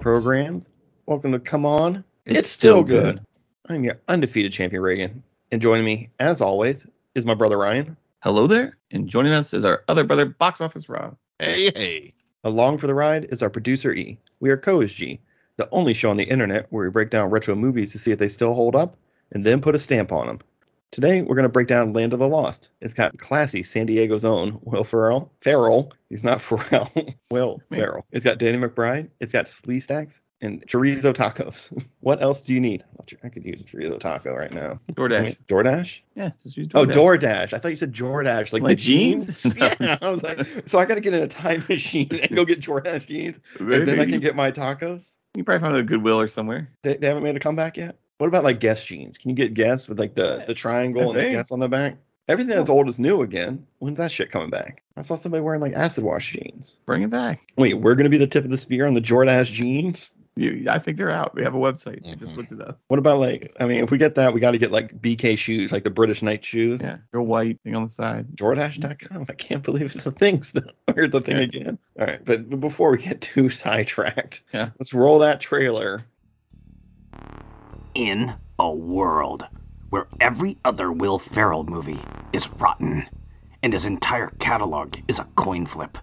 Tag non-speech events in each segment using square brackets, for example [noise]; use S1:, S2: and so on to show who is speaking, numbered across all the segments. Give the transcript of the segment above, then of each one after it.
S1: programs. Welcome to Come On. It's, still good. I'm your undefeated champion, Reagan. And joining me, as always, is my brother Ryan,
S2: Hello there, and joining us is our other brother, Box Office Rob. Hey, hey.
S1: Along for the ride is our producer E. We are Co is G, the only show on the internet where we break down retro movies to see if they still hold up and then put a stamp on them. Today we're going to break down Land of the Lost. It's got classy San Diego's own Will Ferrell. Ferrell, he's not [laughs] Ferrell. Will
S2: Yeah.
S1: Ferrell. It's got Danny McBride. It's got Slee Stacks and chorizo tacos. [laughs] what else do you need? I could use a chorizo taco right now.
S2: DoorDash.
S1: DoorDash.
S2: yeah, just use
S1: Oh,
S2: DoorDash.
S1: DoorDash. I thought you said DoorDash, like,
S2: Like
S1: the jeans.
S2: jeans?
S1: [laughs] yeah, I was like, so I got to get in a time [laughs] machine and go get DoorDash jeans, and then I can
S2: you,
S1: get my tacos.
S2: you probably found a Goodwill or somewhere.
S1: They, they haven't made a comeback yet. What about like Guess jeans? Can you get Guess with like the the triangle and the
S2: Hey.
S1: Guess on the back? Everything that's old is new again. When's that shit coming back? I saw somebody wearing like acid wash jeans.
S2: Bring it back.
S1: Wait, we're gonna be the tip of the spear on the Jordash jeans?
S2: You, I think they're out. They have a website. I just
S3: Mhm.
S2: looked it up.
S1: What about like? I mean, if we get that, we got to get like BK shoes, like the British Knight shoes.
S2: Yeah, they're white thing on the side.
S1: DoorDash.com. I can't believe it's a thing [laughs] still. Or the thing
S2: Yeah.
S1: again. All right, but but before we get too sidetracked,
S2: Yeah.
S1: let's roll that trailer.
S4: in a world where every other Will Ferrell movie is rotten and his entire catalog is a coin flip.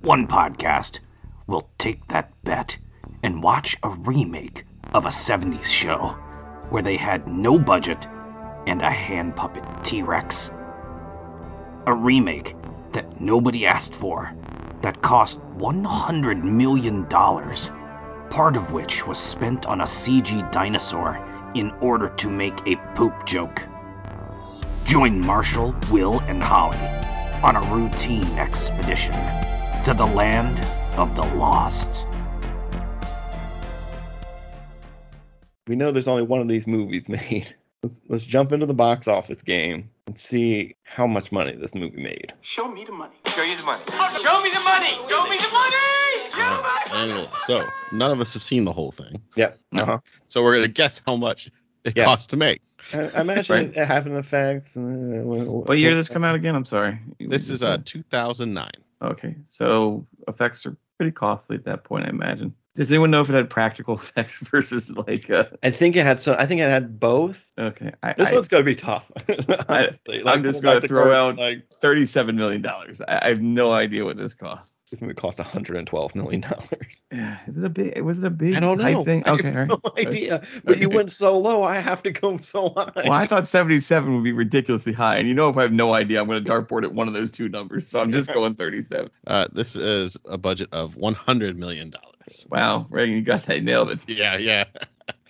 S4: One podcast will take that bet and watch a remake of a 70s show where they had no budget and a hand puppet T Rex. A remake that nobody asked for, that cost $100 million part of which was spent on a CG dinosaur in order to make a poop joke. Join Marshall, Will, and Holly on a routine expedition to the land of the lost.
S1: we know there's only one of these movies [laughs] made. Let's, let's jump into the box office game and see how much money this movie made.
S5: Show me the money.
S6: Show you the money.
S5: Show me the money. Show me the money.
S3: Anyway, so none of us have seen the whole thing,
S1: Yeah.
S2: No.
S1: Uh-huh.
S3: so we're gonna guess how much it
S1: Yeah.
S3: costs to make.
S1: I, I imagine it having effects. And, uh,
S2: What year did this come out again? I'm sorry.
S3: This is
S1: Mm-hmm.
S3: uh 2009.
S2: Okay, so effects are pretty costly at that point, I imagine. Does anyone know if it had practical [laughs] effects versus like uh
S1: I think it had some. I think it had both.
S2: okay? I,
S1: This
S2: I-
S1: one's gonna be tough. [laughs] honestly. Like,
S2: I'm just
S1: going
S2: gonna throw out like 37 million dollars. I, I have no idea what this costs.
S1: This movie cost 112 million dollars.
S2: Yeah, Is it a big? Was it a big?
S1: I don't
S2: hype
S1: know.
S2: Thing?
S1: [laughs] I
S2: Okay, all
S1: have
S2: right.
S1: no idea. But you
S2: Okay.
S1: went so low, I have to go so high. [laughs]
S2: Well, I thought 77 would be ridiculously high, and you know, if I have no idea, I'm going to dartboard at one of those two numbers. So I'm just going 37.
S3: Uh, this is a budget of 100 million dollars.
S2: Wow, Reagan, you got that nailed it.
S3: Yeah, yeah.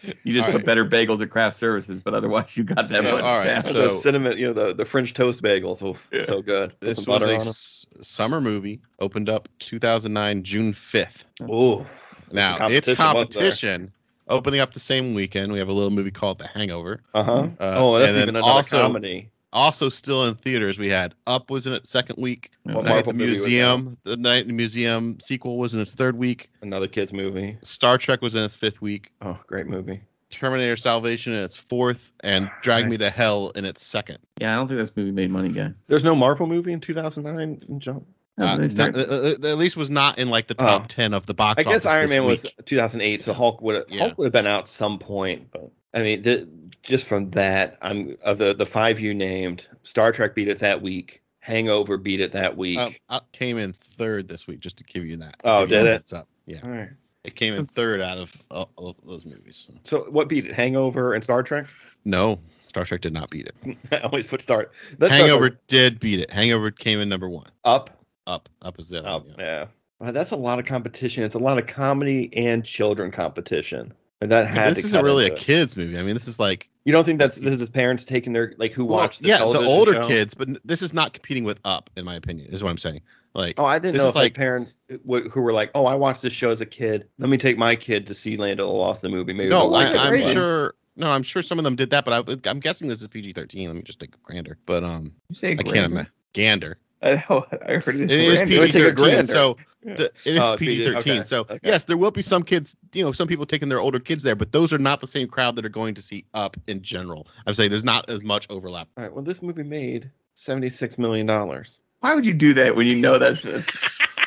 S2: You just
S3: All
S2: put
S3: right.
S2: better bagels at craft services, but otherwise, you got that
S3: So,
S2: one.
S3: all right,
S2: down.
S1: Those
S3: so-
S1: cinnamon, you know, the, the French toast bagels. Oh,
S2: Yeah.
S1: so good. Put
S3: This
S1: some
S3: was
S1: butter
S3: a
S1: on 'em.
S3: s- summer movie. Opened up 2009 June 5th.
S1: Ooh.
S3: Now
S1: competition,
S3: it's
S1: wasn't there?
S3: competition. Opening up the same weekend, we have a little movie called The Hangover.
S1: Uh-huh.
S3: Uh,
S1: oh, that's
S3: and
S1: even
S3: then
S1: another
S3: also-
S1: comedy.
S3: Also, still in theaters, we had Up was in its second week.
S1: What
S3: Night at
S1: Marvel
S3: the
S1: movie was that?
S3: Museum, the Night at the Museum sequel was in its third week.
S1: Another kids movie.
S3: Star Trek was in its fifth week.
S1: Oh, great movie.
S3: Terminator Salvation in its fourth, and Drag Me
S2: Nice.
S3: to Hell in its second.
S2: Yeah, I don't think this movie made money, guys.
S1: There's no Marvel movie in 2009. in John.
S2: No,
S3: Uh,
S2: they
S3: not-
S2: start-
S3: uh, uh, uh, at least was not in like the top
S1: Oh.
S3: ten of the box.
S1: I guess
S3: office
S1: Iron
S3: this
S1: Man was
S3: week.
S1: 2008, so Hulk would
S3: Yeah.
S1: Hulk would have been out some point. But I mean, th- just from that, I'm of the the five you named. Star Trek beat it that week. Hangover beat it that week.
S3: Um, Up came in third this week, just to give you that.
S1: Oh,
S3: give you
S1: did
S3: a
S1: it?
S3: heads Up. Yeah,
S1: All right.
S3: it came in third out of uh, all of those movies.
S1: So what beat it? Hangover and Star Trek. [laughs]
S3: No, Star Trek did not beat it.
S1: I always put Star. that's not
S3: Hangover
S1: the-
S3: did beat it. Hangover came in number one.
S1: up.
S3: Up, up is the other.
S1: Up.
S3: one, Oh, yeah.
S1: Yeah. Wow, that's a lot of competition. It's a lot of comedy and children competition. And that
S3: And
S1: had
S3: This
S1: to
S3: isn't
S1: cut
S3: really a
S1: into it.
S3: kids movie. I mean, this is like
S1: You don't think that's this is his parents taking their like who
S3: Well,
S1: watched the
S3: yeah the
S1: television
S3: older
S1: show?
S3: kids but n- this is not competing with up in my opinion is what i'm saying like
S1: Oh, I didn't
S3: This
S1: know
S3: is
S1: if like
S3: like-
S1: parents w- who were like, "Oh, I watched this show as a kid. Let me take my kid to see Land of the Lost, the movie." Maybe
S3: no
S1: they'll like
S3: I,
S1: it
S3: i'm
S1: as much.
S3: sure no i'm sure some of them did that but I, i'm guessing this is pg-13 let me just take a grander but um
S2: you say
S3: i
S2: grand?
S3: can't imagine gander
S2: I know. I heard it.
S3: it is
S2: grand.
S1: It would take a grander.
S3: pg-13 so
S2: Yeah.
S3: the, it is
S1: Oh, it's PG,
S3: pg-13
S1: okay,
S3: so
S1: okay.
S3: yes there will be some kids you know some people taking their older kids there but those are not the same crowd that are going to see up in general i'm saying there's not as much overlap
S1: All right. Well, this movie made seventy-six million
S3: [laughs]
S1: dollars.
S3: [laughs]
S2: Why would you do that when you know that's the?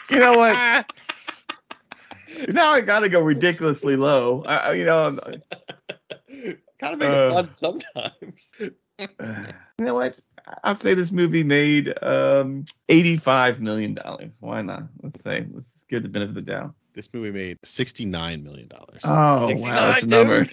S2: You know what? now I gotta go ridiculously low. I, I- you know, I'm-
S1: Gotta make it
S2: Uh.
S1: fun sometimes.
S2: you know what? I'll say this movie made um, eighty-five million dollars. Why not? Let's say let's just give the benefit of the doubt.
S3: This movie made $69 million.
S2: Oh wow, that's a number.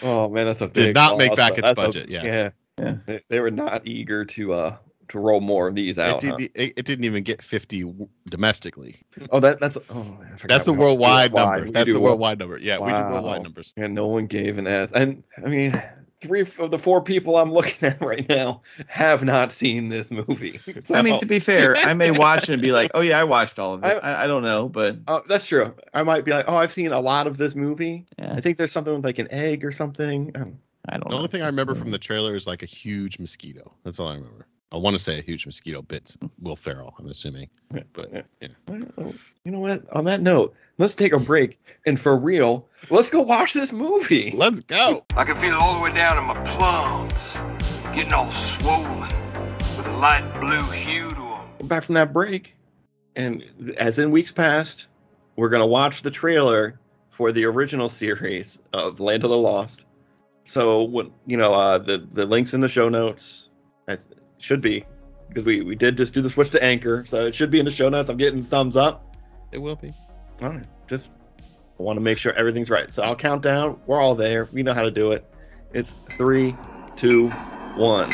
S1: Oh man, that's a
S3: Did
S1: big
S3: not make
S1: loss.
S3: back its
S1: That's a-
S3: budget, yeah.
S1: yeah,
S2: Yeah.
S1: They, they were not eager to uh to roll more of these
S3: it,
S1: out. huh?
S3: did, it, it didn't even get 50 w- domestically.
S1: Oh, that that's oh, I forgot
S3: That's the
S1: we-
S3: worldwide, number.
S1: We
S3: That's
S1: do
S3: the
S1: world-
S3: worldwide number. Yeah, we do
S1: Wow.
S3: worldwide numbers.
S1: And no one gave an S. And I mean, three of the four people I'm [laughs] looking at right now have not seen this
S3: [laughs]
S1: movie. So,
S2: I mean, to be fair, I may watch it and be like, "Oh yeah, I watched all of it." I, I don't know, but
S1: oh, that's true. I might be like, oh, I've seen a lot of this movie.
S2: yeah,
S1: I think there's something with like an egg or something. Um,
S2: I don't.
S3: The
S2: know.
S3: only thing I remember from the trailer is like a huge mosquito. That's all I remember. I want to say a huge mosquito bit Will Ferrell, I'm assuming. But
S1: [laughs] well, you know what? On that note, let's take a break and for real, let's go watch this movie.
S3: let's go.
S4: I can feel it all the way down in my plums, getting all swollen with a light blue hue to them.
S1: We're back from that break, and th- as in weeks past, we're gonna watch the trailer for the original series of Land of the Lost. So when you know uh, the the links in the show notes, I th- should be because we we did just do the switch to Anchor, so it should be in the show notes. I'm getting thumbs up.
S3: It will be.
S1: All right, just want to make sure everything's right. So I'll count down. We're all there. We know how to do it. It's three, two, one.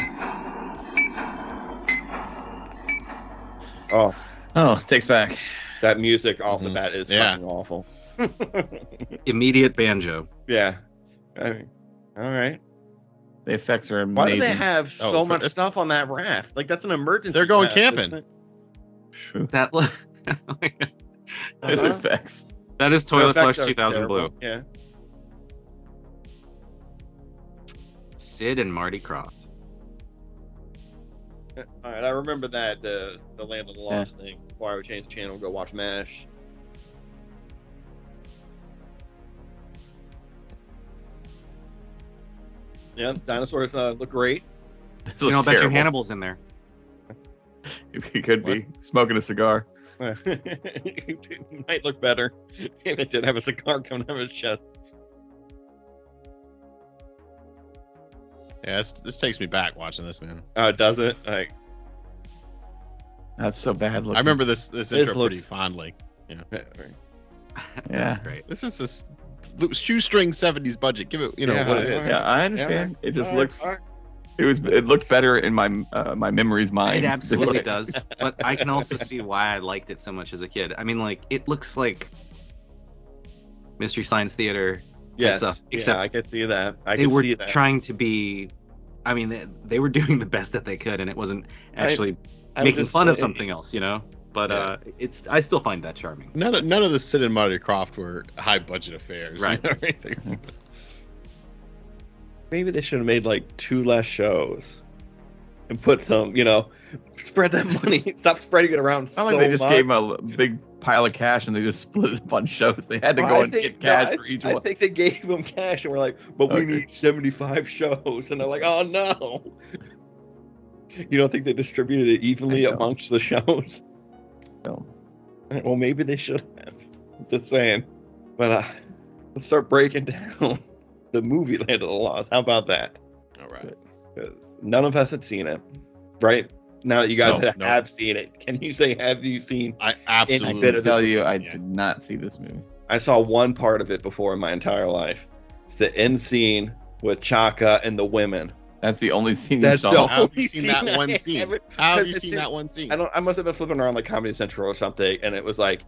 S1: Oh,
S2: Oh, it takes back.
S1: that music off the
S3: Mhm.
S1: bat is
S3: Yeah.
S1: fucking awful. [laughs]
S4: Immediate banjo.
S1: Yeah. I mean, all right.
S2: The effects are amazing.
S1: Why do they have so
S3: Oh, for-
S1: much
S3: it's-
S1: stuff on that raft? Like that's an emergency.
S3: They're going
S1: raft, isn't
S3: camping.
S1: it?
S2: Phew.
S4: That lo-
S2: Those
S1: Uh-huh.
S2: effects.
S4: that is
S1: The
S4: Toilet
S1: effects
S4: Flush
S1: are
S4: 2000
S1: terrible.
S4: Blue.
S1: Yeah.
S4: Sid and Marty Croft.
S1: All right. I remember that the the Land of the Lost thing. Before I would change the channel, go watch Mash. Yeah, dinosaurs uh, look great. [laughs]
S3: This
S4: You know, I
S3: looks
S4: bet you
S3: terrible.
S4: Hannibal's in there.
S2: [laughs] It could be smoking a cigar.
S1: it might look better [laughs] if it did have a cigar coming out of his chest.
S3: Yeah, this, this takes me back watching this, man.
S1: Oh, does it? Like,
S2: That's so bad looking.
S3: I remember this this
S1: This
S3: intro
S1: looks-
S3: pretty fondly.
S2: Yeah.
S4: That's great.
S3: This is this l- shoestring 70s budget. Give it, you know,
S1: Yeah,
S3: what it is.
S2: Yeah, I understand. It just looks. It was. It looked better in my uh, my memory's mind.
S4: It absolutely does. But I can also see why I liked it so much as a kid. I mean, like, it looks like Mystery Science Theater.
S1: Yes,
S4: stuff,
S1: yeah,
S4: except-
S1: I could see that. I
S4: they
S1: could
S4: were
S1: see that.
S4: trying to be. I mean, they, they were [laughs] doing the best that they could, and it wasn't
S1: I-
S4: actually
S1: I was
S4: making
S1: just
S4: fun of
S1: saying-
S4: something else, you know? But uh, it's I still find that charming.
S3: None of, none of the Sid and Marty Croft were high budget affairs
S4: Right.
S3: or
S1: [laughs]
S3: anything.
S1: Maybe they should have made like two less shows, and put some, you know, spread
S2: [laughs]
S1: that money. Stop spreading it around
S2: I
S1: so
S2: like they just
S1: much.
S2: gave 'em a l- big pile of cash and they just [laughs] split it up on shows. They had to
S1: Well,
S2: go
S1: I
S2: and
S1: think-
S2: get cash
S1: no, I-
S2: for each
S1: I
S2: one.
S1: think they gave them cash, and we're like, but we
S2: Okay.
S1: need seventy-five shows, and they're like, oh no. You don't think they distributed it evenly
S2: I don't.
S1: amongst the shows? [laughs]
S2: No.
S1: Well, maybe they should have. Just saying. But uh, let's start breaking [laughs] down the movie Land of the Lost. How about that?
S3: All right.
S1: 'Cause None of us had seen it, right? Now that you guys
S3: No,
S1: have,
S3: no.
S1: seen it, can you say have you seen?
S2: I
S3: I
S1: I
S3: absolutely.
S1: bet
S2: did
S1: it
S2: tell
S1: was-
S2: you, I
S3: yeah.
S2: did not see this movie.
S1: I saw one part of it before in my entire life. It's the end scene with Chaka and the women.
S2: That's the only scene
S1: That's
S2: you
S1: the
S2: saw.
S1: only
S3: How have you
S1: scene
S3: seen that
S1: I
S3: one scene?
S1: haven't-
S3: How have
S1: Because
S3: you
S1: it's
S3: seen
S1: in-
S3: that one scene?
S1: I don't. I must have been flipping around like Comedy Central or something, and it was like,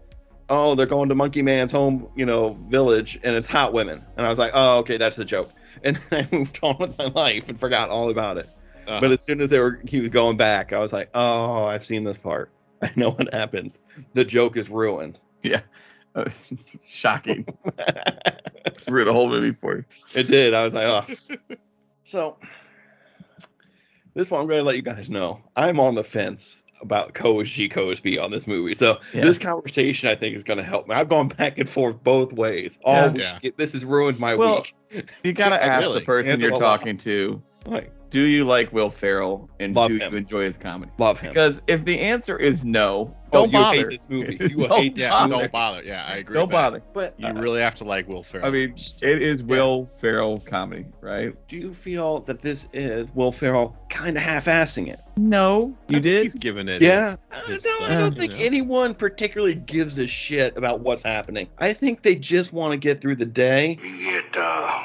S1: oh, they're going to Monkey Man's home, you know, village, and it's hot women, and I was like, oh, okay, that's the joke, [laughs] and then I moved on with my life and forgot all about it.
S3: Uh,
S1: But as soon as they were, he was going back, I was like, oh, I've seen this part. [laughs] I know what happens. The joke is ruined.
S2: [laughs]
S1: [laughs]
S2: Shocking. Threw the whole movie for you.
S1: It did. I was like, oh. [laughs] so this one, I'm going to let you guys know. I'm on the fence about Co's G, Co's B on this movie. So
S2: Yeah.
S1: this conversation, I think, is going to help me. I've gone back and forth both ways. All
S2: Yeah.
S1: week.
S3: Yeah.
S1: It- this has ruined my
S2: Well-
S1: week.
S2: You gotta
S3: Yeah,
S2: ask
S3: really.
S2: the person
S1: Answer
S2: you're
S1: the
S2: talking
S1: loss.
S2: to
S1: Like,
S2: Do you like Will Ferrell and
S1: Love
S2: do
S1: him.
S2: you enjoy his comedy?
S1: Love him.
S2: Because if the answer is no,
S1: Oh,
S2: don't
S1: you
S2: bother.
S1: hate this [laughs] movie. You
S2: Don't
S1: hate
S3: Yeah,
S1: that
S2: bother.
S1: movie.
S3: don't bother. Yeah, I agree.
S2: don't
S3: with that.
S2: bother.
S1: But
S3: You really have to like Will Ferrell.
S2: I mean, it is Will Ferrell comedy, right?
S1: do you feel that this is Will Ferrell kind of half-assing it?
S2: No, you
S3: He's
S2: did.
S3: given it.
S1: yeah.
S3: his-
S1: I
S3: his
S1: don't, I
S2: stuff,
S1: don't
S3: you
S1: think
S3: know?
S1: anyone particularly gives a shit about what's happening. I think they just want to get through the day
S4: You get uh,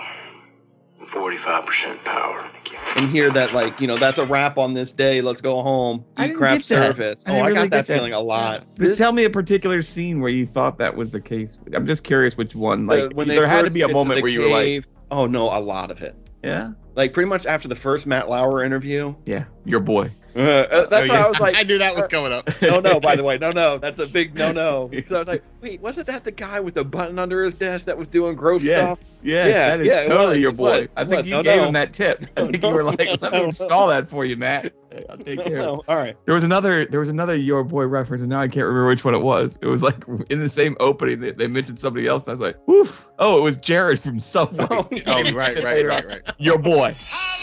S4: 45% power. Thank you.
S1: and hear that, like, you know, that's a wrap on this day. Let's go home.
S2: I
S1: Eat
S2: didn't
S1: crap
S2: get that.
S1: service.
S2: I
S1: oh,
S2: didn't
S1: I
S2: really
S1: got that
S2: get that.
S1: feeling a lot.
S2: But tell me a particular scene where you thought that was the case. I'm just curious which one.
S1: the-
S2: Like there had to
S1: first
S2: be a
S1: get
S2: moment
S1: the
S2: where you were like,
S1: cave- oh no, a lot of it.
S2: yeah,
S1: Like pretty much after the first Matt Lauer
S2: [laughs]
S1: interview.
S2: yeah, your boy.
S1: [laughs] Uh, uh, that's
S3: Oh,
S1: why
S3: yeah.
S1: I was like, uh,
S3: I knew that was
S1: [laughs]
S3: coming up.
S1: no, Oh, no. By
S3: [laughs]
S1: the way, no, no. That's a big no, no. Because I was like, wait, wasn't that the guy with the button under his desk that was doing gross
S2: Yes.
S1: stuff?
S2: [laughs] Yeah,
S1: Yeah,
S2: that is
S1: yeah, it
S2: totally
S1: was,
S2: your
S1: it
S2: boy.
S1: was,
S2: I
S1: it
S2: think
S1: was.
S2: you
S1: No,
S2: gave
S1: no.
S2: him that
S1: [laughs]
S2: tip. I
S1: No,
S2: think
S1: no.
S2: you were like, "Let me install that for you, Matt. I'll take care." of it."
S1: No, All right.
S2: There was another. There was another your boy reference, and now I can't remember which one it was. It was like in the same opening they, they mentioned somebody else, and I was like, "Woof!" Oh, it was Jared from Subway.
S1: [laughs] Oh,
S3: Oh, right, right, right, right.
S2: [laughs] Your boy.
S1: Oh,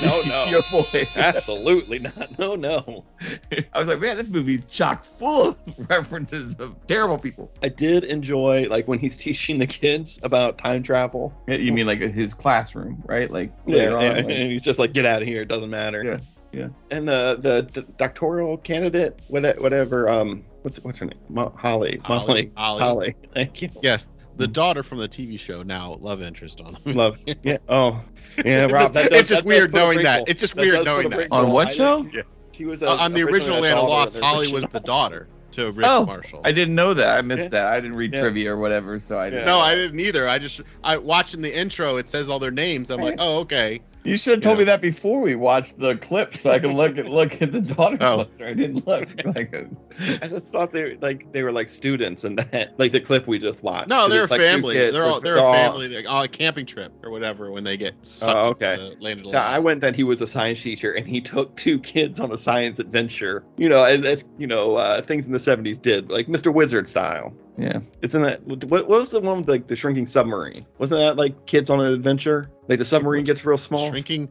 S1: No, no.
S2: [laughs] your boy.
S1: Absolutely not. No, no.
S2: [laughs] I was like, "Man, this movie's chock full of [laughs] references of terrible people."
S1: I did enjoy like when he's [laughs] teaching the kids about time travel.
S2: You mean like his classroom, right? Like
S1: and,
S3: [laughs]
S1: and he's just like, get out of here. It doesn't matter.
S2: Yeah, yeah.
S1: And the the d- doctoral candidate, whatever, whatever. Um, what's what's her name? Mo- Holly. Molly.
S3: Ollie, Ollie.
S1: Holly. Thank you.
S3: Yes, the daughter from the TV show now love interest on him. [laughs]
S1: Love. Yeah. Oh. Yeah,
S3: It's
S1: Rob.
S3: just-
S1: that
S3: it's
S1: does-
S3: just
S1: that does
S3: weird
S1: put a
S3: knowing that.
S1: wrinkle.
S3: It's just
S1: does
S3: weird
S1: put
S3: knowing
S1: a
S3: that.
S1: wrinkle.
S2: On what
S1: I think
S2: show?
S1: She was
S3: Uh, on the original Land of Lost, Holly was
S1: [laughs]
S3: the daughter to Rick
S2: Oh,
S3: Marshall.
S2: I didn't know that. I missed
S1: Yeah.
S2: that. I didn't read
S1: Yeah.
S2: trivia or whatever, so I didn't.
S3: no, I didn't either. I just I watching the intro. It says all their names. I'm like, oh okay.
S2: You should have told me that before we watched the clip, so I can look
S3: [laughs]
S2: at look at the daughter
S3: Oh.
S2: cluster. I didn't
S3: [laughs]
S2: look. Like, uh,
S1: [laughs] I just thought they were, like they were like students and that [laughs] like the clip we just watched.
S3: No,
S1: 'Cause
S3: they're a
S1: it's, like, two
S3: family.
S1: kids.
S3: they're all
S1: There's-
S3: they're a family. Like on a camping trip or whatever when they get sucked.
S1: Oh, okay.
S3: into the Land of the
S1: So I
S3: Lost.
S1: went that he was a science teacher and he took two kids on a science adventure. You know, as, as you know, uh, things in the '70s did like Mr. Wizard style.
S2: yeah.
S1: Isn't that what, what was the one with like the shrinking submarine? Wasn't that like kids on an adventure? Like the submarine gets real small.
S3: shrinking.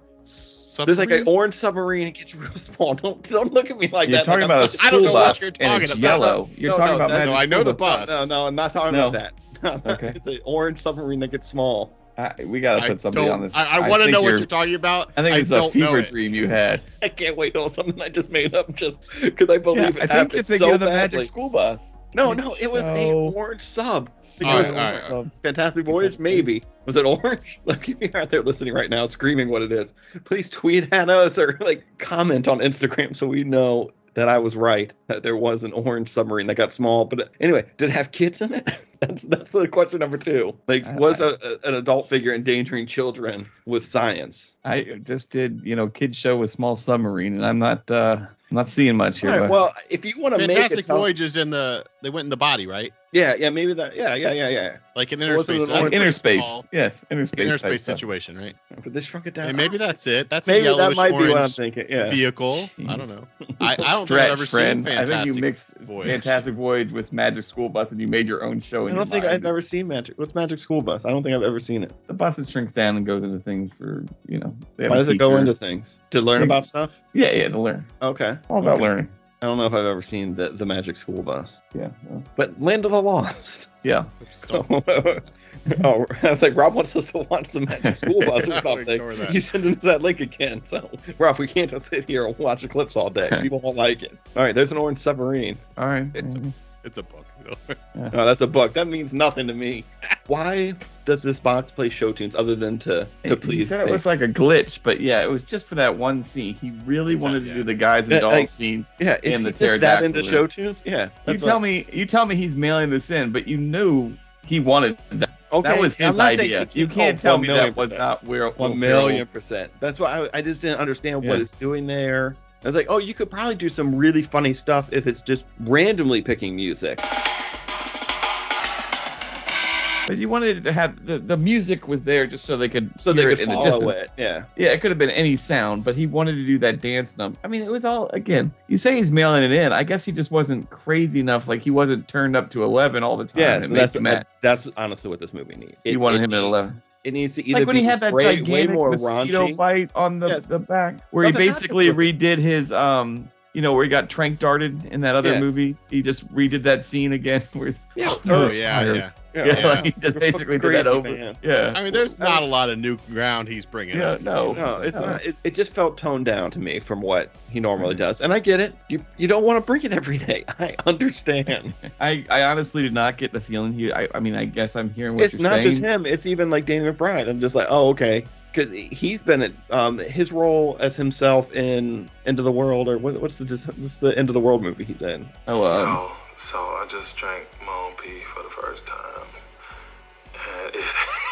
S1: There's like
S3: submarine?
S1: an orange submarine. It gets real [laughs] small. Don't don't look at me like
S2: you're
S1: that.
S2: talking
S1: like,
S2: about a
S1: I'm
S2: school
S3: I don't know what
S2: bus
S3: you're
S2: and
S3: talking
S2: it's
S3: about.
S2: yellow.
S1: No,
S2: You're
S1: no,
S2: talking
S1: no,
S2: about
S1: that's-
S2: magic.
S3: No, I know
S2: school
S3: the
S2: bus.
S3: bus.
S1: No, no, I'm not talking
S2: No.
S1: about that. [laughs]
S2: Okay.
S1: it's an orange submarine that gets small.
S2: I, we gotta
S3: I
S2: put somebody
S3: don't-
S2: on this.
S3: I, want to
S2: think
S3: know what
S2: you're-
S3: you're talking about.
S2: I think it's a
S3: don't know
S2: fever
S3: it.
S2: dream you had.
S1: I can't wait till [laughs] something I just made up just because I believe
S2: Yeah, I
S1: it
S2: think
S1: happened
S2: you're thinking
S1: so
S2: of the
S1: badly.
S2: magic school bus.
S1: No, no, it was a
S2: No.
S1: orange sub.
S3: All right,
S1: Because
S3: all right.
S1: Fantastic Voyage, maybe. Was it orange? [laughs] Like, if you're out there listening right now, screaming what it is, please tweet at us or like comment on Instagram so we know that I was right that there was an orange submarine that got small. But uh, anyway, did it have kids in it? [laughs] That's that's the question number two. Like,
S2: I-
S1: was a, a, an adult figure endangering children with science?
S2: I just did, you know, kid show with small submarine, and I'm not, uh, I'm not seeing much here.
S1: All right,
S2: but-
S1: well, if you want to make it,
S3: Fantastic
S1: tell-
S3: Voyage is in the. They went in the body, right?
S1: yeah, yeah, maybe that, yeah, yeah, yeah, yeah.
S3: Like an
S1: Well,
S3: inner
S1: what's
S3: space.
S1: the
S3: that's
S1: one-
S3: pretty
S2: inner space.
S3: small.
S2: Yes, inner space.
S3: Inner
S2: type
S3: space
S2: stuff.
S3: situation, right?
S1: But they shrunk it down. Ah,
S3: And maybe that's it. That's a
S1: maybe that
S3: yellowish
S1: might be
S3: orange
S1: what I'm thinking. Yeah.
S3: vehicle. I
S2: Jeez.
S1: [laughs]
S3: don't know. I, I don't think
S2: Stretch,
S3: I've ever
S2: friend.
S3: seen
S2: I
S3: Fantastic
S2: think you mixed
S3: Voyage.
S2: Fantastic Voyage with Magic School Bus, and you made your own show.
S1: I
S2: In
S1: don't
S2: your
S1: think
S2: mind.
S1: I've ever seen Magic. What's Magic School Bus? I don't think I've ever seen it.
S2: The bus that shrinks down and goes into things for you know. they have
S1: Why
S2: a
S1: does it go
S2: teacher.
S1: into things? To learn about stuff?
S2: Yeah, yeah, to learn.
S1: Okay.
S2: All about
S1: Okay.
S2: learning.
S1: I don't know if I've ever seen the, the Magic School Bus.
S2: Yeah, well,
S1: But Land of the Lost. [laughs]
S2: yeah. [laughs]
S3: Don't-
S1: oh, I was like, Rob wants us to watch some Magic School Bus or
S3: I'll ignore
S1: something.
S3: that.
S1: He's sending us that link again. So, Rob, we can't just sit here and watch clips all day. People won't like it. All right, there's an orange submarine.
S2: All right.
S3: It's a-
S2: Mhm.
S3: It's a book.
S1: Oh, that's a book. That means nothing to me. Why does this box play show tunes other than to
S2: He-
S1: to
S2: he
S1: please?
S2: said it
S1: me?
S2: was like a glitch, but yeah, it was just for that one scene. He really
S3: Is that-
S2: wanted to
S3: yeah.
S2: do the guys
S1: Yeah,
S2: and dolls
S1: like-
S2: scene.
S1: yeah, is
S2: and
S1: he
S2: the
S1: just that into
S2: pterodactyl.
S1: show tunes? Yeah.
S2: You
S1: that's
S2: tell
S1: what-
S2: me, you tell me he's mailing this in, but you knew he wanted that.
S1: Okay,
S2: that was
S1: I'm
S2: his
S1: not saying
S2: idea.
S1: he
S2: You can't
S1: oh,
S2: tell
S1: one
S2: me
S1: million
S2: that was
S1: percent.
S2: not where
S1: One
S2: Will
S1: million
S2: Ferrell's-
S1: percent. That's why I, I just didn't understand what
S2: Yeah.
S1: it's doing there. I was like, oh, you could probably do some really funny stuff if it's just randomly picking music.
S2: But you wanted to have the, the music was there just so they could
S1: So they
S2: hear
S1: could
S2: it in the
S1: follow
S2: distance.
S1: it. Yeah.
S2: Yeah, it could have been any sound, but he wanted to do that dance number. I mean, it was all again. You say he's mailing it in. I guess he just wasn't crazy enough. Like he wasn't turned up to eleven all the time.
S1: Yeah.
S2: It
S1: so
S2: makes
S1: that's
S2: him mad.
S1: that's honestly what this movie needs.
S2: You
S1: It-
S2: wanted
S1: it
S2: him at
S1: needs-
S2: eleven.
S1: It needs to either
S2: Like when
S1: be
S2: he had that
S1: way,
S2: gigantic
S1: way more
S2: mosquito
S1: raunchy.
S2: bite on the,
S3: Yes.
S2: the back, where
S3: Nothing
S2: he
S3: happened
S2: basically
S3: with
S2: redid his um, you know, where he got trank darted in that other
S1: Yeah.
S2: movie. He just redid that scene again. [laughs] Where he's,
S1: Yeah.
S2: "You
S3: Oh
S2: were
S3: yeah,
S2: tired."
S3: yeah.
S1: Yeah.
S2: [laughs] Yeah,
S3: Yeah.
S2: like he just basically did that
S1: Crazy
S2: over.
S1: man.
S2: Yeah.
S3: I mean, there's not a lot of new ground he's bringing
S2: Yeah,
S3: up.
S2: no. [laughs]
S1: No, it's
S2: No.
S1: not. It, it just felt toned down to me from what he normally
S2: Mm.
S1: does, and I get it. You you don't want to bring it every day. [laughs] I understand.
S2: I, I honestly did not get the feeling he. I, I mean, I guess I'm hearing what
S1: it's
S2: you're
S1: not
S2: saying.
S1: just him. It's even like Danny McBride. I'm just like, oh okay, because he's been at um his role as himself in End of the World or what, what's the just what's the End of the World movie he's in?
S2: Oh,
S1: [gasps]
S2: um,
S6: No, so I just drank my own pee for the first time.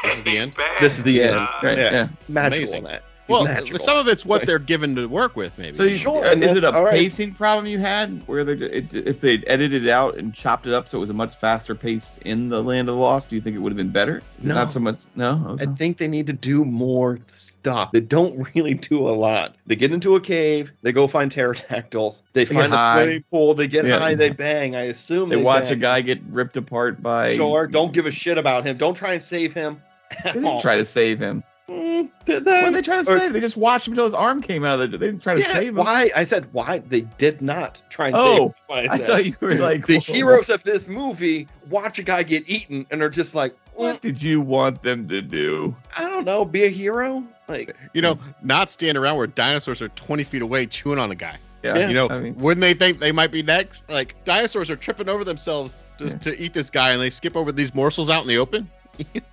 S6: And
S3: This is
S6: it [laughs]
S3: the end?
S6: bad. Uh,
S1: This is the end.
S2: right,
S1: yeah.
S2: yeah.
S1: Magical
S3: Amazing.
S1: in that. He's
S3: Well,
S1: magical.
S3: some of it's what they're given to work with, maybe.
S2: So you,
S1: Sure,
S2: uh, is
S1: that's
S2: it a
S1: all right.
S2: pacing problem you had, where they it, if they'd edited it out and chopped it up so it was a much faster pace in the Land of the Lost, do you think it would have been better?
S1: No.
S2: not so much. No, okay.
S1: I think they need to do more stuff. They don't [laughs] really do a lot. They get into a cave, they go find pterodactyls, they,
S2: They
S1: find
S2: get
S1: a
S2: high.
S1: swimming pool, they get
S2: Yeah.
S1: high, they bang. I assume
S2: they watch a
S1: bang.
S2: guy get ripped apart by.
S1: Sure, don't give a shit about him. Don't try and save him. [laughs]
S2: They didn't try to save him.
S1: Mm, did
S2: What
S1: they?
S2: did they try to
S1: Or-
S2: save? They just watched him until his arm came out of the. They didn't try to
S1: Yeah,
S2: save him.
S1: why? I said why they did not try and
S2: Oh,
S1: save. him. That's what
S2: I
S1: said.
S2: thought you were like
S1: the [laughs]
S2: "Whoa,
S1: heroes of this movie watch a guy get eaten and are just like,
S2: What
S1: "Mm,
S2: did you want them to do?
S1: I don't know, be a hero. Like,
S3: you know, not stand around where dinosaurs are 20 feet away chewing on a guy.
S1: Yeah.
S3: You know,
S2: I mean-
S3: wouldn't they think they might be next? Like dinosaurs are tripping over themselves just to eat this guy, and they skip over these morsels out in the open.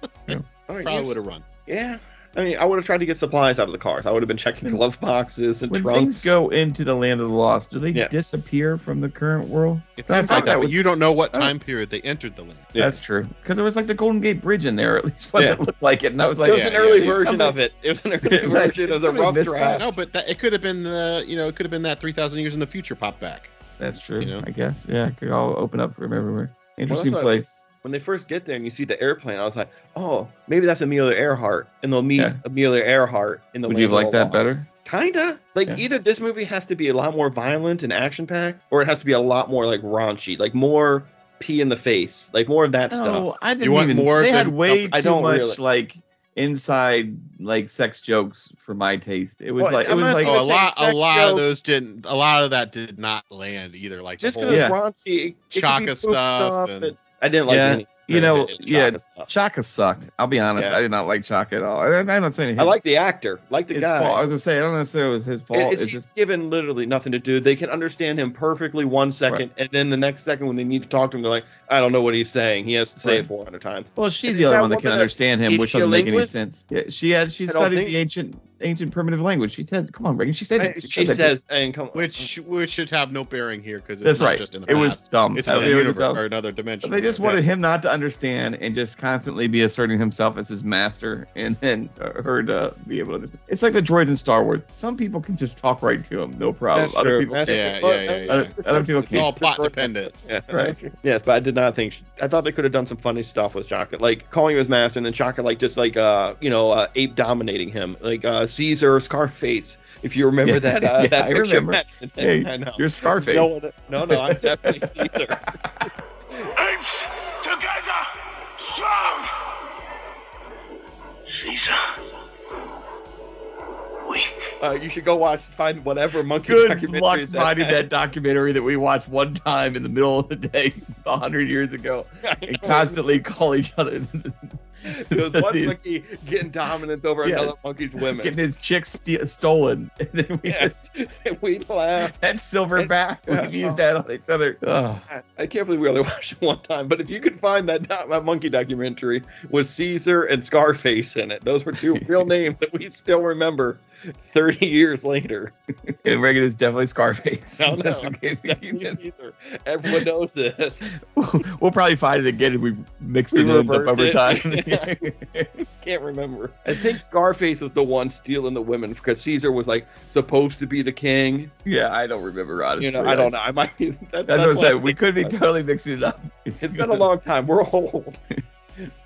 S1: all right,
S3: Probably
S1: yes.
S3: would have run.
S1: Yeah. I mean, I would have tried to get supplies out of the cars. I would have been checking glove boxes and
S2: when
S1: trunks.
S2: things go into the land of the lost, do they
S1: Yeah.
S2: disappear from the current world?
S3: It
S2: I
S3: seems
S2: thought
S3: like that,
S2: that
S3: but
S2: was-
S3: you don't know what
S2: I-
S3: time period they entered the land.
S1: Yeah.
S2: That's true. Because there was like the Golden Gate Bridge in there, at least what
S1: Yeah.
S2: it looked like it. And I was
S1: It
S2: like,
S1: was
S3: Yeah,
S1: an early
S2: yeah.
S1: version
S2: Somebody-
S1: of it. It was an early
S2: [laughs] Right.
S1: version. It was a
S2: Somebody
S1: rough
S2: missed
S1: draft.
S2: that.
S3: No, but that, it could have been the you know it could have been that 3,000 years in the future pop back.
S2: that's true.
S3: You know?
S2: I guess. Yeah, it could all open up from everywhere.
S1: that's
S2: Interesting
S1: what I-
S2: place.
S1: When they first get there and you see the airplane, I was like, oh, maybe that's Amelia Earhart. And they'll meet
S2: Yeah.
S1: Amelia Earhart in the
S2: Would you
S1: Land of
S2: like
S1: the
S2: that
S1: Lost.
S2: better?
S1: Kinda. Like,
S2: Yeah.
S1: either this movie has to be a lot more violent and action packed, or it has to be a lot more, like, raunchy, like more pee in the face, like more of that stuff.
S2: Oh, I didn't
S3: You want
S2: even-
S3: more
S2: They had
S3: than-
S2: way
S1: I
S2: too
S1: don't
S2: much
S1: really-
S2: like inside like sex jokes for my taste. It was
S1: Well,
S2: like it
S1: I'm
S2: was
S1: not-
S2: like
S1: I
S3: Oh, a
S1: was saying
S3: lot, a
S1: sex
S3: lot
S1: jokes.
S3: of those didn't. A lot of that did not land either. Like the
S1: Just because
S3: whole-
S2: Yeah.
S1: it's raunchy, it, it could be
S3: Chaka
S1: poop
S3: stuff and-
S1: and- I didn't like
S2: Yeah.
S1: any.
S2: You know,
S1: Chaka
S2: yeah.
S1: stuff.
S2: oh, Chaka sucked. I'll be honest.
S1: Yeah.
S2: I did not like Chaka at all. I, I'm not saying
S1: I
S2: his-
S1: like the actor, like the
S2: his
S1: guy.
S2: fault. I was gonna say I don't necessarily it was his fault.
S1: It- it's,
S2: it's
S1: he's
S2: just
S1: given literally nothing to do. They can understand him perfectly one second, and then the next second when they need to talk to him, they're like, "I don't know what he's saying. He has to say
S2: Right.
S1: it 400 times."
S2: Well, she's
S1: Is
S2: the only
S1: that
S2: one that can
S1: woman a-
S2: understand him,
S1: is
S2: which
S1: she a
S2: doesn't make any
S1: linguist?
S2: sense. Yeah, she had she
S1: I don't
S2: studied
S1: think-
S2: the ancient ancient primitive language. She said, "Come on, Reagan." She said,
S1: And
S2: it.
S1: she
S2: said that.
S1: says, "And come
S3: which which should have no bearing here because it's
S2: That's
S3: not
S2: right.
S3: just in the
S2: it was
S3: past.
S2: dumb.
S3: it's
S2: That-
S3: another
S2: it was
S3: universe
S2: dumb.
S3: or another dimension.
S2: They just wanted him not to understand and just constantly be asserting himself as his master, and then uh, her to be able to. It's like the droids in Star Wars. Some people can just talk right to him, no problem.
S1: That's
S2: Other
S1: true.
S2: people
S1: That's
S2: can't.
S3: Yeah,
S1: Well,
S3: yeah, yeah,
S1: that-
S3: yeah.
S1: that-
S2: Other people
S3: It's all plot dependent.
S1: Yeah.
S2: Right.
S1: Yes, but I did not think. She, I thought they could have done some funny stuff with Chaka, like calling him his master, and then Chaka, like just like uh, you know, uh, ape dominating him, like uh, Caesar, Scarface. If you remember
S2: Yeah.
S1: that, uh,
S2: [laughs] Yeah,
S1: that
S2: I
S1: picture.
S2: remember. Hey,
S1: [laughs] I know.
S2: You're Scarface.
S1: No, one- no, no, I'm [laughs] definitely Caesar.
S6: Apes together, strong. Caesar. We
S1: Uh, you should go watch find whatever monkey [laughs]
S2: Good
S1: documentary
S2: luck
S1: is [laughs]
S2: finding that documentary that we watched one time in the middle of the day, [laughs] a hundred years ago.
S1: [laughs]
S2: and constantly call each other,
S1: Because one
S2: [laughs] These-
S1: monkey getting dominance over
S2: Yes.
S1: another monkey's women. [laughs]
S2: getting his chicks st- stolen. [laughs] And then we
S1: Yeah.
S2: just
S1: we laugh.
S2: that silverback
S1: [laughs] Yeah.
S2: we've used that on each other. Ugh.
S1: I can't believe we only [laughs] watched it one time. But if you could find that, doc- that monkey documentary with Caesar and Scarface in it, those were
S2: [laughs]
S1: two real names that we still remember 30 years later.
S2: And Reagan is definitely Scarface.
S1: No, no,
S2: [laughs] That's okay.
S1: Definitely Caesar. Everyone knows this.
S2: [laughs]
S1: [laughs]
S2: we'll probably find it again if we mixed
S1: We
S2: it in up
S1: reversed
S2: over
S1: it. [laughs]
S2: time.
S1: Can't remember. I think Scarface was the one stealing the women because Caesar was like supposed to be the king.
S2: [laughs] yeah, I don't remember honestly.
S1: you know, I don't know. I might [laughs] be. That,
S2: That's, what I said.
S1: think.
S2: We could be totally mixing it up. [laughs]
S1: It's been a long time. We're old.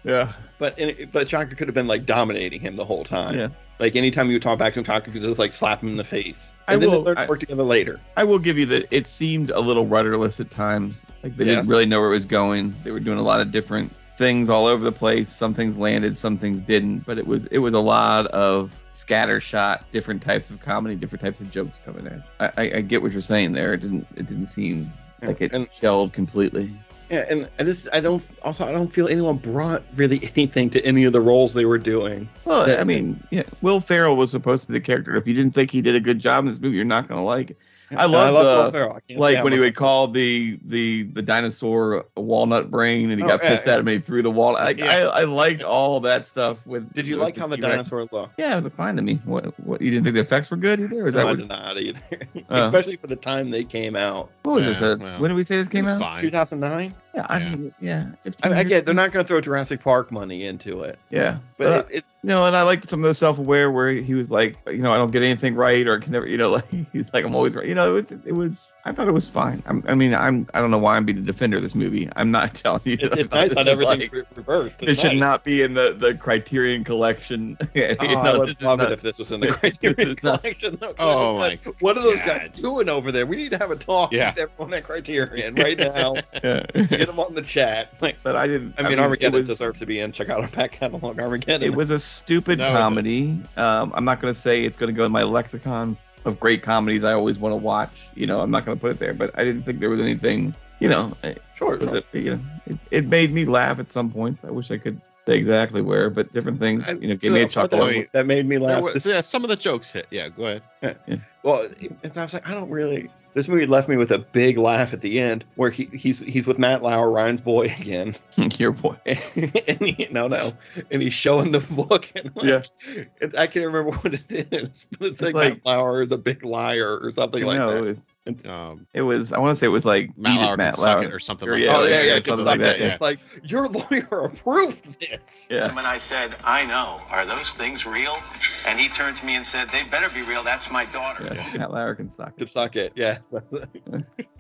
S2: Yeah.
S1: But and, but Chaka could have been like dominating him the whole time.
S2: Yeah.
S1: Like anytime you would talk back to him, Chaka could just like slap him in the face.
S2: I
S1: And then
S2: will-
S1: they learn
S2: I-
S1: to work together later.
S2: I will give you that it seemed a little rudderless at times. Like they
S1: Yes.
S2: didn't really know where it was going. They were doing a lot of different things all over the place. Some things landed, some things didn't. But it was it was a lot of scattershot, different types of comedy, different types of jokes coming in. I, I, I get what you're saying there. It didn't it didn't seem like it
S1: And-
S2: shelved completely.
S1: Yeah, and I just I don't also I don't feel anyone brought really anything to any of the roles they were doing.
S2: Well,
S1: That-
S2: I mean, yeah, Will Ferrell was supposed to be the character. If you didn't think he did a good job in this movie, you're not gonna like it. I love, the, like when he would call the the the dinosaur a walnut brain and he
S1: Oh,
S2: got
S1: yeah,
S2: pissed at him and he threw the walnut like
S1: Yeah.
S2: I, I liked all that stuff with
S1: Did you
S2: with
S1: like how the
S2: direct-
S1: dinosaur looked?
S2: yeah it was fine to me what what you didn't think the effects were good either is
S1: No,
S2: that
S1: I
S2: what,
S1: did not [laughs] either.
S2: Uh.
S1: Especially for the time they came out.
S2: what was this
S3: Yeah,
S2: uh,
S3: well,
S2: when did we say this came
S3: It's
S2: out
S3: fine.
S1: 2009.
S2: yeah I
S3: Yeah.
S2: mean yeah 15
S1: I, I
S2: years.
S1: get they're not going to throw Jurassic Park money into it,
S2: yeah
S1: but
S2: Uh,
S1: it, it,
S2: you know and I liked some of the self aware where he was like you know I don't get anything right or I can never you know [laughs] like he's like I'm always right you know it was it was I thought it was fine I'm, I mean I'm I don't know why I'm being a defender of this movie I'm not [laughs] telling you
S1: it- it's
S2: I
S1: nice
S2: was
S1: that
S2: just
S1: everything's
S2: like-
S1: re- reversed.
S2: It
S1: It's
S2: should
S1: nice.
S2: not be in the, the Criterion collection. [laughs] You
S1: Oh,
S2: know,
S1: I would
S2: this is
S1: love
S2: not-
S1: it if this was in the
S2: [laughs] this
S1: Criterion
S2: is not-
S1: collection. though, 'cause
S3: Oh
S1: I'm like,
S3: my
S1: What are those guys
S3: God.
S1: doing over there? We need to have a talk
S3: Yeah.
S1: with everyone at Criterion
S2: [laughs]
S1: right now.
S2: Yeah.
S1: Get them on the chat. Like,
S2: [laughs] but I didn't.
S1: I mean,
S2: it
S1: Armageddon
S2: was,
S1: deserves to be in. Check out our back catalog, Armageddon.
S2: It
S1: [laughs]
S2: was a stupid
S3: No, it doesn't.
S2: comedy. Um, I'm not going to say it's going to go in my lexicon of great comedies I always want to watch. You know, I'm not going to put it there. But I didn't think there was anything. You know, it,
S1: short. [laughs]
S2: was a- you know, it, it made me laugh at some points. I wish I could say exactly where, but different things.
S3: I-
S2: You know, gave me a
S1: What the-
S2: chuckle.
S3: I
S2: [laughs]
S3: mean-
S1: that made me
S3: There
S1: laugh.
S3: was-
S1: This-
S3: yeah, some of the jokes hit. Yeah, go ahead.
S1: well, and I was like, I don't really. This movie left me with a big laugh at the end, where he, he's he's with Matt Lauer, Ryan's boy [laughs] again,
S2: Your boy.
S1: [laughs] and he, no, no, and he's showing the book. And like, it's, I can't remember what it is, but it's,
S2: It's
S1: like,
S2: like-
S1: Matt Lauer is a big liar or something
S2: You
S1: like
S2: know,
S1: that.
S2: it,
S3: Um,
S2: it was. I want to say it was like
S3: Matt
S2: Eat It,
S3: Lauer can
S2: Matt
S3: suck
S2: Lauer.
S3: it or something.
S2: Or
S3: like
S2: yeah,
S3: that.
S1: oh yeah, yeah,
S2: yeah,
S1: it's
S2: something
S1: like
S2: like
S1: that.
S2: that, yeah.
S1: It's like your lawyer [laughs] approved this.
S2: Yeah.
S6: When I said, I know, are those things real? And he turned to me and said, they better be real. That's my daughter.
S2: Yeah, Matt Lauer can suck
S1: could suck it.
S2: [laughs]
S1: Yeah. [laughs] So,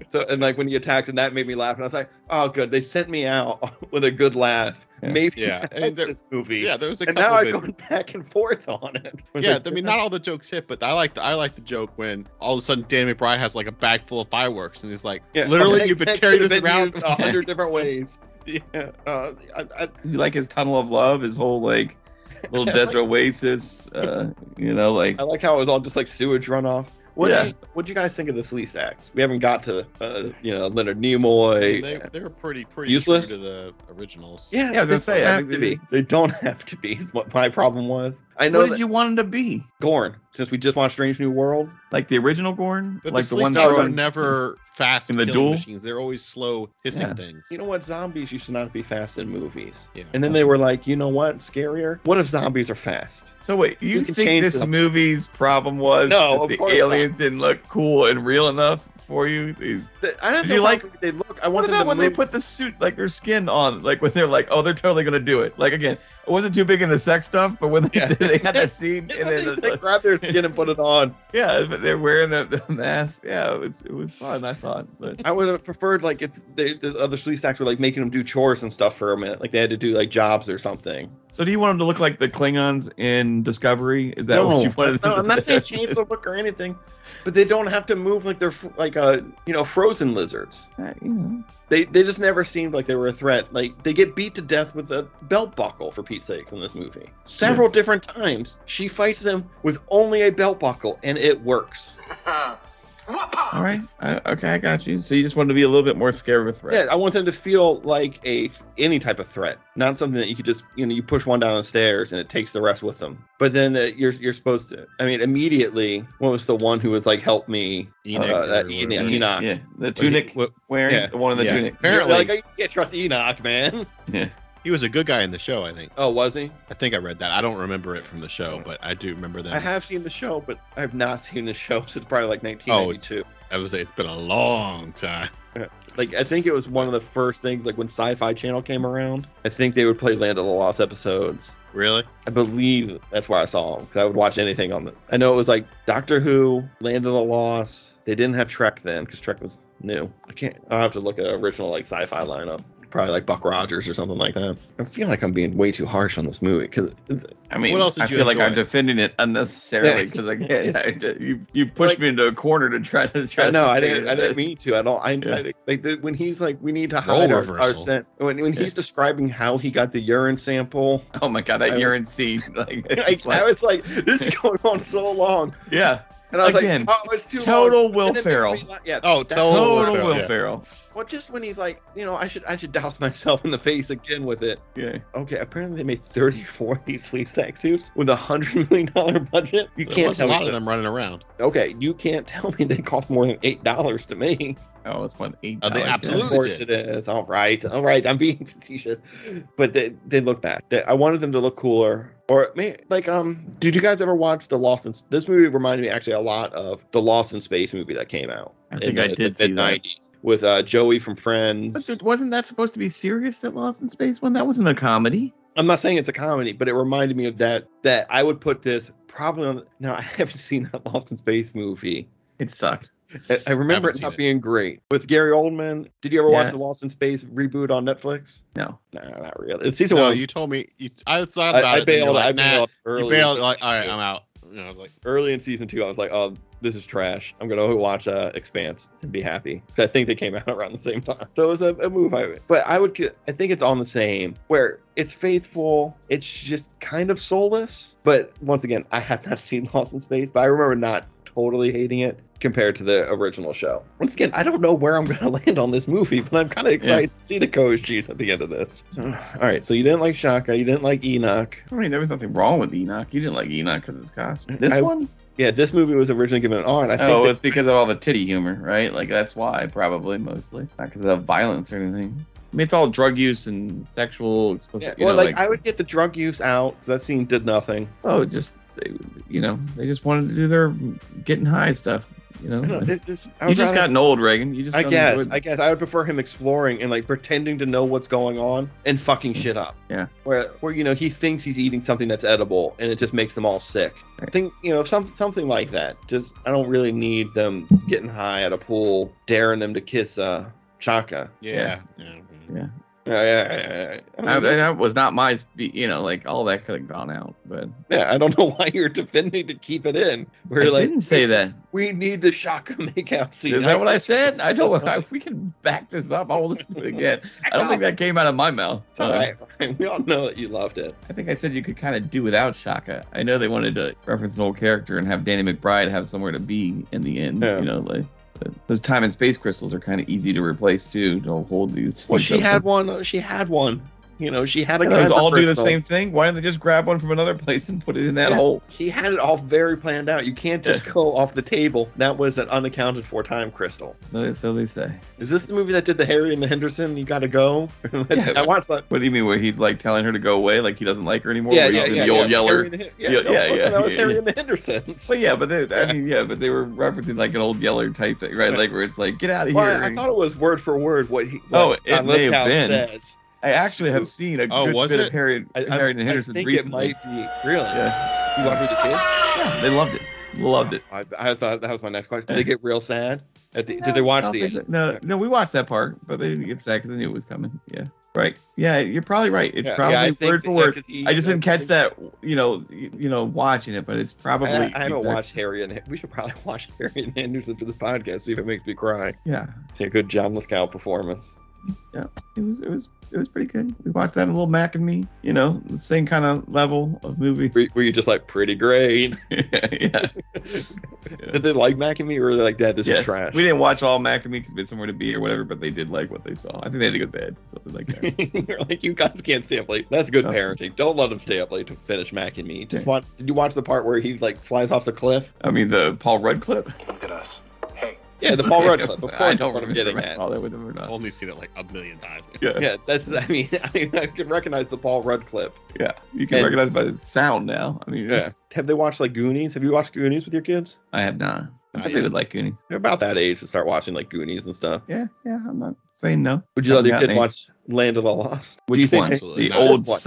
S1: so, and like when he attacked, and that made me laugh, and I was like, oh, good, they sent me out [laughs] with a good laugh.
S2: Yeah.
S1: Maybe
S3: Yeah,
S1: [laughs] I
S3: and
S1: like
S3: there-
S1: this movie.
S3: Yeah, there was a
S1: and
S3: couple
S1: now
S3: of
S1: I've
S3: good-
S1: gone back and forth on it. [laughs] I was
S3: Yeah,
S1: like,
S3: I mean, not all the jokes hit, but I like the, I like the joke when all of a sudden Danny McBride has like a bag full of fireworks and he's like,
S1: yeah, [laughs]
S3: literally,
S1: that-
S3: you've been
S1: that
S3: carrying
S1: could've
S3: this
S1: been
S3: around.
S1: used a hundred different
S2: [laughs]
S1: ways.
S3: Yeah.
S1: Uh, I, I,
S2: you like his tunnel of love, his whole like
S1: [laughs]
S2: little desert oasis, uh, you know, like
S1: I like how it was all just like sewage runoff. What
S2: Yeah.
S1: yeah. What do you guys think of the sleaze acts? We haven't got to uh, you know Leonard Nimoy.
S3: [laughs] they, they were pretty pretty
S1: Useless?
S3: true to the originals.
S1: yeah,
S2: Yeah, I was gonna
S1: they
S2: say,
S1: don't
S2: I
S1: have
S2: think
S1: to
S2: they-
S1: be. They don't have to be. Is what my problem was. I know
S2: what
S1: that
S2: did you want him to be?
S1: Gorn. Since we just watched Strange New World,
S2: Like the original Gorn,
S3: But
S2: like
S3: the, one
S2: that
S3: dogs are
S2: was-
S3: never fast
S2: In the
S3: killing
S2: duel?
S3: machines. They're always slow hissing
S2: Yeah.
S3: things.
S1: you know what? Zombies used to not be fast in movies.
S3: Yeah.
S1: And then they were like, you know what? Scarier. What if zombies are fast?
S2: So wait, you
S1: You can
S2: think
S1: change
S2: this
S1: them.
S2: movie's problem was
S1: No,
S2: that
S1: of
S2: the
S1: course
S2: aliens didn't look cool and real enough for you? They-
S1: Th- I don't
S2: Did
S1: know
S2: you
S1: how
S2: like-
S1: they look. I want
S2: What
S1: them
S2: about
S1: to
S2: when they
S1: move-
S2: put the suit, like their skin on, like when they're like, oh, they're totally gonna do it. Like again, I wasn't too big into sex stuff, but when they,
S1: Yeah.
S2: did, [laughs] they had
S1: [laughs]
S2: that scene,
S1: It's
S2: and
S1: not
S2: then [laughs]
S1: they, they
S2: the-
S1: grab their skin and put it on.
S2: yeah, but they're wearing the, the mask. Yeah, it was it was fun. I thought, but
S1: I would have preferred like if they, the other sleaze acts were like making them do chores and stuff for a minute, like they had to do like jobs or something.
S2: So do you want them to look like the Klingons in Discovery? Is that what you wanted? them
S1: No,
S2: to
S1: I'm not
S2: do?
S1: saying change the look or anything, but they don't have to move like they're f- like uh you know frozen lizards.
S2: Uh, you know.
S1: They they just never seemed like they were a threat. Like they get beat to death with a belt buckle for Pete's sakes in this movie. Several different times she fights them with only a belt buckle and it works.
S6: Uh,
S2: All right. I, okay, I got you. So you just wanted to be a little bit more scared of a threat.
S1: Yeah, I want them to feel like a any type of threat, not something that you could just you know you push one down the stairs and it takes the rest with them. But then uh, you're you're supposed to. I mean, immediately, what was the one who was like, "Help me,
S3: Enoch
S1: uh,
S3: or
S1: that
S3: whatever.
S1: Enoch, Enoch.
S2: Yeah, the
S3: But he-
S2: tunic
S3: well,
S2: wearing
S1: yeah.
S2: the one in the
S3: Yeah.
S2: tunic.
S1: You're
S3: Apparently-
S1: like, I can't trust Enoch, man. [laughs]
S3: he was a good guy in the show. I think.
S1: Oh, was he?
S3: I think I read that. I don't remember it from the show, but I do remember that.
S1: I have seen the show, but I have not seen the show [laughs] since probably like
S3: Oh,
S1: 1992.
S3: I would say it's been a long time.
S1: like I think it was one of the first things like when Sci-Fi Channel came around. I think they would play Land of the Lost episodes.
S3: Really?
S1: I believe that's where I saw him because I would watch anything on the. I know it was like Doctor Who, Land of the Lost. They didn't have Trek then because Trek was new. I can't. I'll have to look at original like sci-fi lineup. Probably like Buck Rogers or something like that. I feel like I'm being way too harsh on this movie because
S2: I mean,
S3: What else did
S2: I
S3: you
S2: feel like I'm
S3: enjoy?
S2: defending it
S1: [laughs]
S2: unnecessarily
S1: Yeah.
S2: because I can't. I, you you pushed
S1: Like-
S2: me into a corner to try to try.
S1: I know
S2: to
S1: I
S2: figure
S1: didn't. I
S2: this.
S1: didn't mean to at all. I,
S2: Yeah.
S1: I think- like the, when he's like, we need to
S3: Role
S1: hide our, our
S3: reversal.
S1: scent. When, when
S2: Yeah.
S1: he's describing how he got the urine
S2: [laughs]
S1: sample,
S2: Oh my god, that
S1: I was-
S2: urine scene! [laughs] Like,
S1: I,
S2: it's like-
S1: I was like, this
S2: [laughs]
S1: is going on so long,
S2: yeah,
S1: and I was
S2: Again,
S1: like, oh, it's too
S2: total
S1: long.
S2: Will
S1: And then it
S2: Ferrell.
S1: makes me laugh- Yeah,
S3: Oh,
S1: that-
S3: total
S2: total
S3: Will Ferrell,
S2: Will
S3: yeah.
S2: Ferrell.
S1: Well, just when he's like, you know, I should I should douse [laughs] myself in the face again with it.
S2: Yeah,
S1: Okay, apparently they made 34 of these sleeve stack suits with a hundred million dollar budget. You
S3: There
S1: can't
S3: wasn't
S1: tell
S3: a lot
S1: me
S3: of
S1: that-
S3: them running around.
S1: Okay, you can't tell me they cost more than eight dollars to me.
S2: oh, it's one eight.
S3: Oh, they
S2: dollars, yeah.
S1: Of
S3: absolutely-
S1: course
S3: did.
S1: it is. All right, all right. I'm being [laughs] facetious, but they they look bad. They, I wanted them to look cooler. Or may- like, um, did you guys ever watch the Lost in? S- This movie reminded me actually a lot of the Lost in Space movie that came out.
S2: I
S1: in
S2: think
S1: the-
S2: I
S1: the
S2: did see that.
S1: mid-nineties with uh, Joey from
S2: But
S1: Friends.
S2: th- wasn't that supposed to be serious? That Lost in Space one? That wasn't a comedy.
S1: I'm not saying it's a comedy, but it reminded me of that. That I would put this probably on. [laughs] No, I haven't seen that Lost in Space movie.
S2: It sucked.
S1: I, I remember
S3: Haven't
S1: it
S3: seen
S1: not
S3: it.
S1: being great with Gary Oldman. Did you ever
S2: Yeah.
S1: watch the Lost in Space reboot on Netflix?
S2: No.
S1: No, not really. It's season
S3: No,
S1: one.
S3: you told me. You, I thought
S1: I,
S3: about
S1: I
S3: it. then you're
S1: bailed.
S3: like,
S1: I
S3: nah,
S1: bailed early.
S3: You
S1: in
S3: bailed.
S1: season
S3: Like, all right,
S1: two.
S3: I'm out. And I was like,
S1: Early in season two, I was like, "Oh, this is trash. I'm gonna watch uh, Expanse and be happy." 'Cause I think they came [laughs] out around the same time, so it was a, a move. I but I would. ki- I think it's on the same where it's faithful. It's just kind of soulless. But once again, I have not [laughs] seen Lost in Space, but I remember not totally hating it compared to the original show. Once again, I don't know where I'm gonna [laughs] land on this movie, but I'm kind of excited to see the Coast G's at the end of this. [sighs] All right, so you didn't like Shaka, you didn't like Enoch.
S2: I mean, there was nothing wrong with Enoch. You didn't like Enoch because of his costume. This
S1: I-
S2: one?
S1: Yeah, this movie was originally given an R, and I think
S2: oh,
S1: that-
S2: it's because of all the titty humor, right? Like that's why, probably mostly, not because of violence or anything. I mean, it's all drug use and sexual explicit.
S1: Yeah,
S2: you
S1: well,
S2: know,
S1: like, I would get the drug use out. 'cause That scene did nothing.
S2: Oh, just they, you know, they just wanted to do their getting high stuff. You know,
S1: I don't know, [laughs] it just- I
S2: Mm-hmm. you
S1: would
S2: just
S1: rather-
S2: gotten old, Reagan. You just
S1: I
S2: don't
S1: guess.
S2: enjoy-
S1: I guess I would prefer him exploring and like pretending to know what's going on and fucking shit up.
S2: Yeah.
S1: Where where you know he thinks he's eating something that's edible and it just makes them all sick. I
S2: Right.
S1: think you know some something like that. Just I don't really need them getting high at a pool, daring them to kiss uh Chaka.
S3: yeah. yeah.
S1: Yeah, yeah, yeah, yeah. I,
S2: I,
S1: don't
S2: and
S1: know.
S2: that was not my, spe- you know, like all that could have gone out, but
S1: yeah, I don't know [laughs] why you're defending to keep it in. We're
S2: I
S1: like
S2: didn't say that.
S1: we need the Chaka [laughs] makeout scene.
S2: Is that what I said? I don't. I, [laughs] we can back this up. I'll listen to
S1: [laughs]
S2: it again. I don't think that came out of my mouth. Uh,
S1: It's all
S2: [laughs]
S1: right. We all know that you loved it.
S2: I think I said you could kind of do without Shaka. I know they wanted to reference an old character and have Danny McBride have somewhere to be in the end.
S1: Yeah.
S2: You know, like but those time and space crystals are kind of easy to replace too. To hold these.
S1: Well,
S2: things
S1: she
S2: up.
S1: had one. uh, She had one. You know, she had a.
S2: Yeah,
S1: guy
S2: those
S1: for
S2: all do the
S1: personal.
S2: same thing. Why don't they just grab one from another place and put it in that
S1: Yeah.
S2: hole?
S1: She had it all very planned out. You can't just go off the table. That was an unaccounted for time crystal.
S2: So, so they say.
S1: Is this the movie that did the Harry and the Henderson? You gotta go. [laughs]
S2: Yeah.
S1: I watched that.
S2: What do you mean? Where he's like telling her to go away, like he doesn't like her anymore? where he's in the old
S1: Harry
S2: yeller.
S1: and the- yeah,
S2: Yeah,
S1: no,
S2: yeah, yeah,
S1: That was
S2: yeah,
S1: Harry
S2: yeah.
S1: and the Hendersons.
S2: Well, yeah, but they, I mean, yeah, but they were referencing like an old yeller type thing, right? Like where it's like, get out of here.
S1: Well, I, I thought it was word for word what he.
S2: Oh,
S1: what
S2: it
S1: Don
S2: may have
S1: Lithgow
S2: been.
S1: says.
S2: I actually have seen a
S3: Oh,
S2: good
S3: was
S2: bit
S3: it?
S2: of Harry,
S1: I, I,
S2: Harry and the
S1: I
S2: Hendersons
S1: think
S2: recently.
S1: it might be really.
S2: Yeah,
S1: You want to be the kid?
S2: yeah, they loved it. Loved it.
S1: I, I thought that was my next question. Did they get real sad? At the, did they watch
S2: No,
S1: the
S2: I don't
S1: end?
S2: think so. No, no, we watched that part, but they didn't get sad because they knew it was coming. Yeah, right. Yeah, you're probably right. It's probably
S1: I think
S2: word
S1: that-
S2: for word.
S1: 'cause he-
S2: I just didn't catch that, you know, you, you know, watching it, but it's probably.
S1: I, I haven't
S2: exact-
S1: watched Harry and we should probably [laughs] watch Harry and Henderson for this podcast. See if it makes me cry.
S2: Yeah,
S1: It's a good John Lithgow performance.
S2: it was, it was, it was pretty good. We watched that in little Mac and me. You know, the same kind of level of movie. [laughs]
S1: Were, were you just like pretty great?
S2: yeah.
S1: Did they like Mac and me, or were they like, "Dad, this
S2: yes.
S1: is trash"? [laughs]
S2: We didn't watch all Mac and me because we had somewhere to be or whatever, but they did like what they saw. I think they had to go to bed, something
S1: [laughs]
S2: like that.
S1: You're like, you guys can't stay up late. That's good
S2: No.
S1: parenting. Don't let him stay up late to finish Mac and me. Just
S2: Yeah.
S1: watch. Did you watch the part where he like flies off the cliff?
S2: I mean, the Paul Rudd clip.
S6: Look at us. Hey,
S1: [laughs] Yeah, the [laughs] Paul Rudd
S2: Yeah,
S1: clip. Of course,
S2: [laughs] I don't
S1: what I'm
S2: remember
S1: getting
S2: if I
S1: at.
S2: saw that with him or
S3: I've
S2: not.
S3: only seen it like a million times.
S2: Yeah, yeah.
S1: Yeah, that's. I mean, [laughs] I, mean, I can recognize the Paul Rudd clip.
S2: You can
S1: And-
S2: recognize by the sound now. I mean,
S1: Yeah.
S2: it's-
S1: Have they watched like Goonies? Have you watched Goonies with your kids?
S2: I have not. I
S3: Not
S2: bet they
S3: yet.
S2: would like Goonies.
S1: They're about that age to start watching like Goonies and stuff.
S2: Yeah, yeah. I'm not saying no.
S1: Would you let
S2: Haven't
S1: your kids
S2: gotten any-
S1: watch Land of the Lost?
S2: Which
S1: Do you think
S2: one?
S1: they-
S2: the
S3: Absolutely not.
S2: old
S1: This one.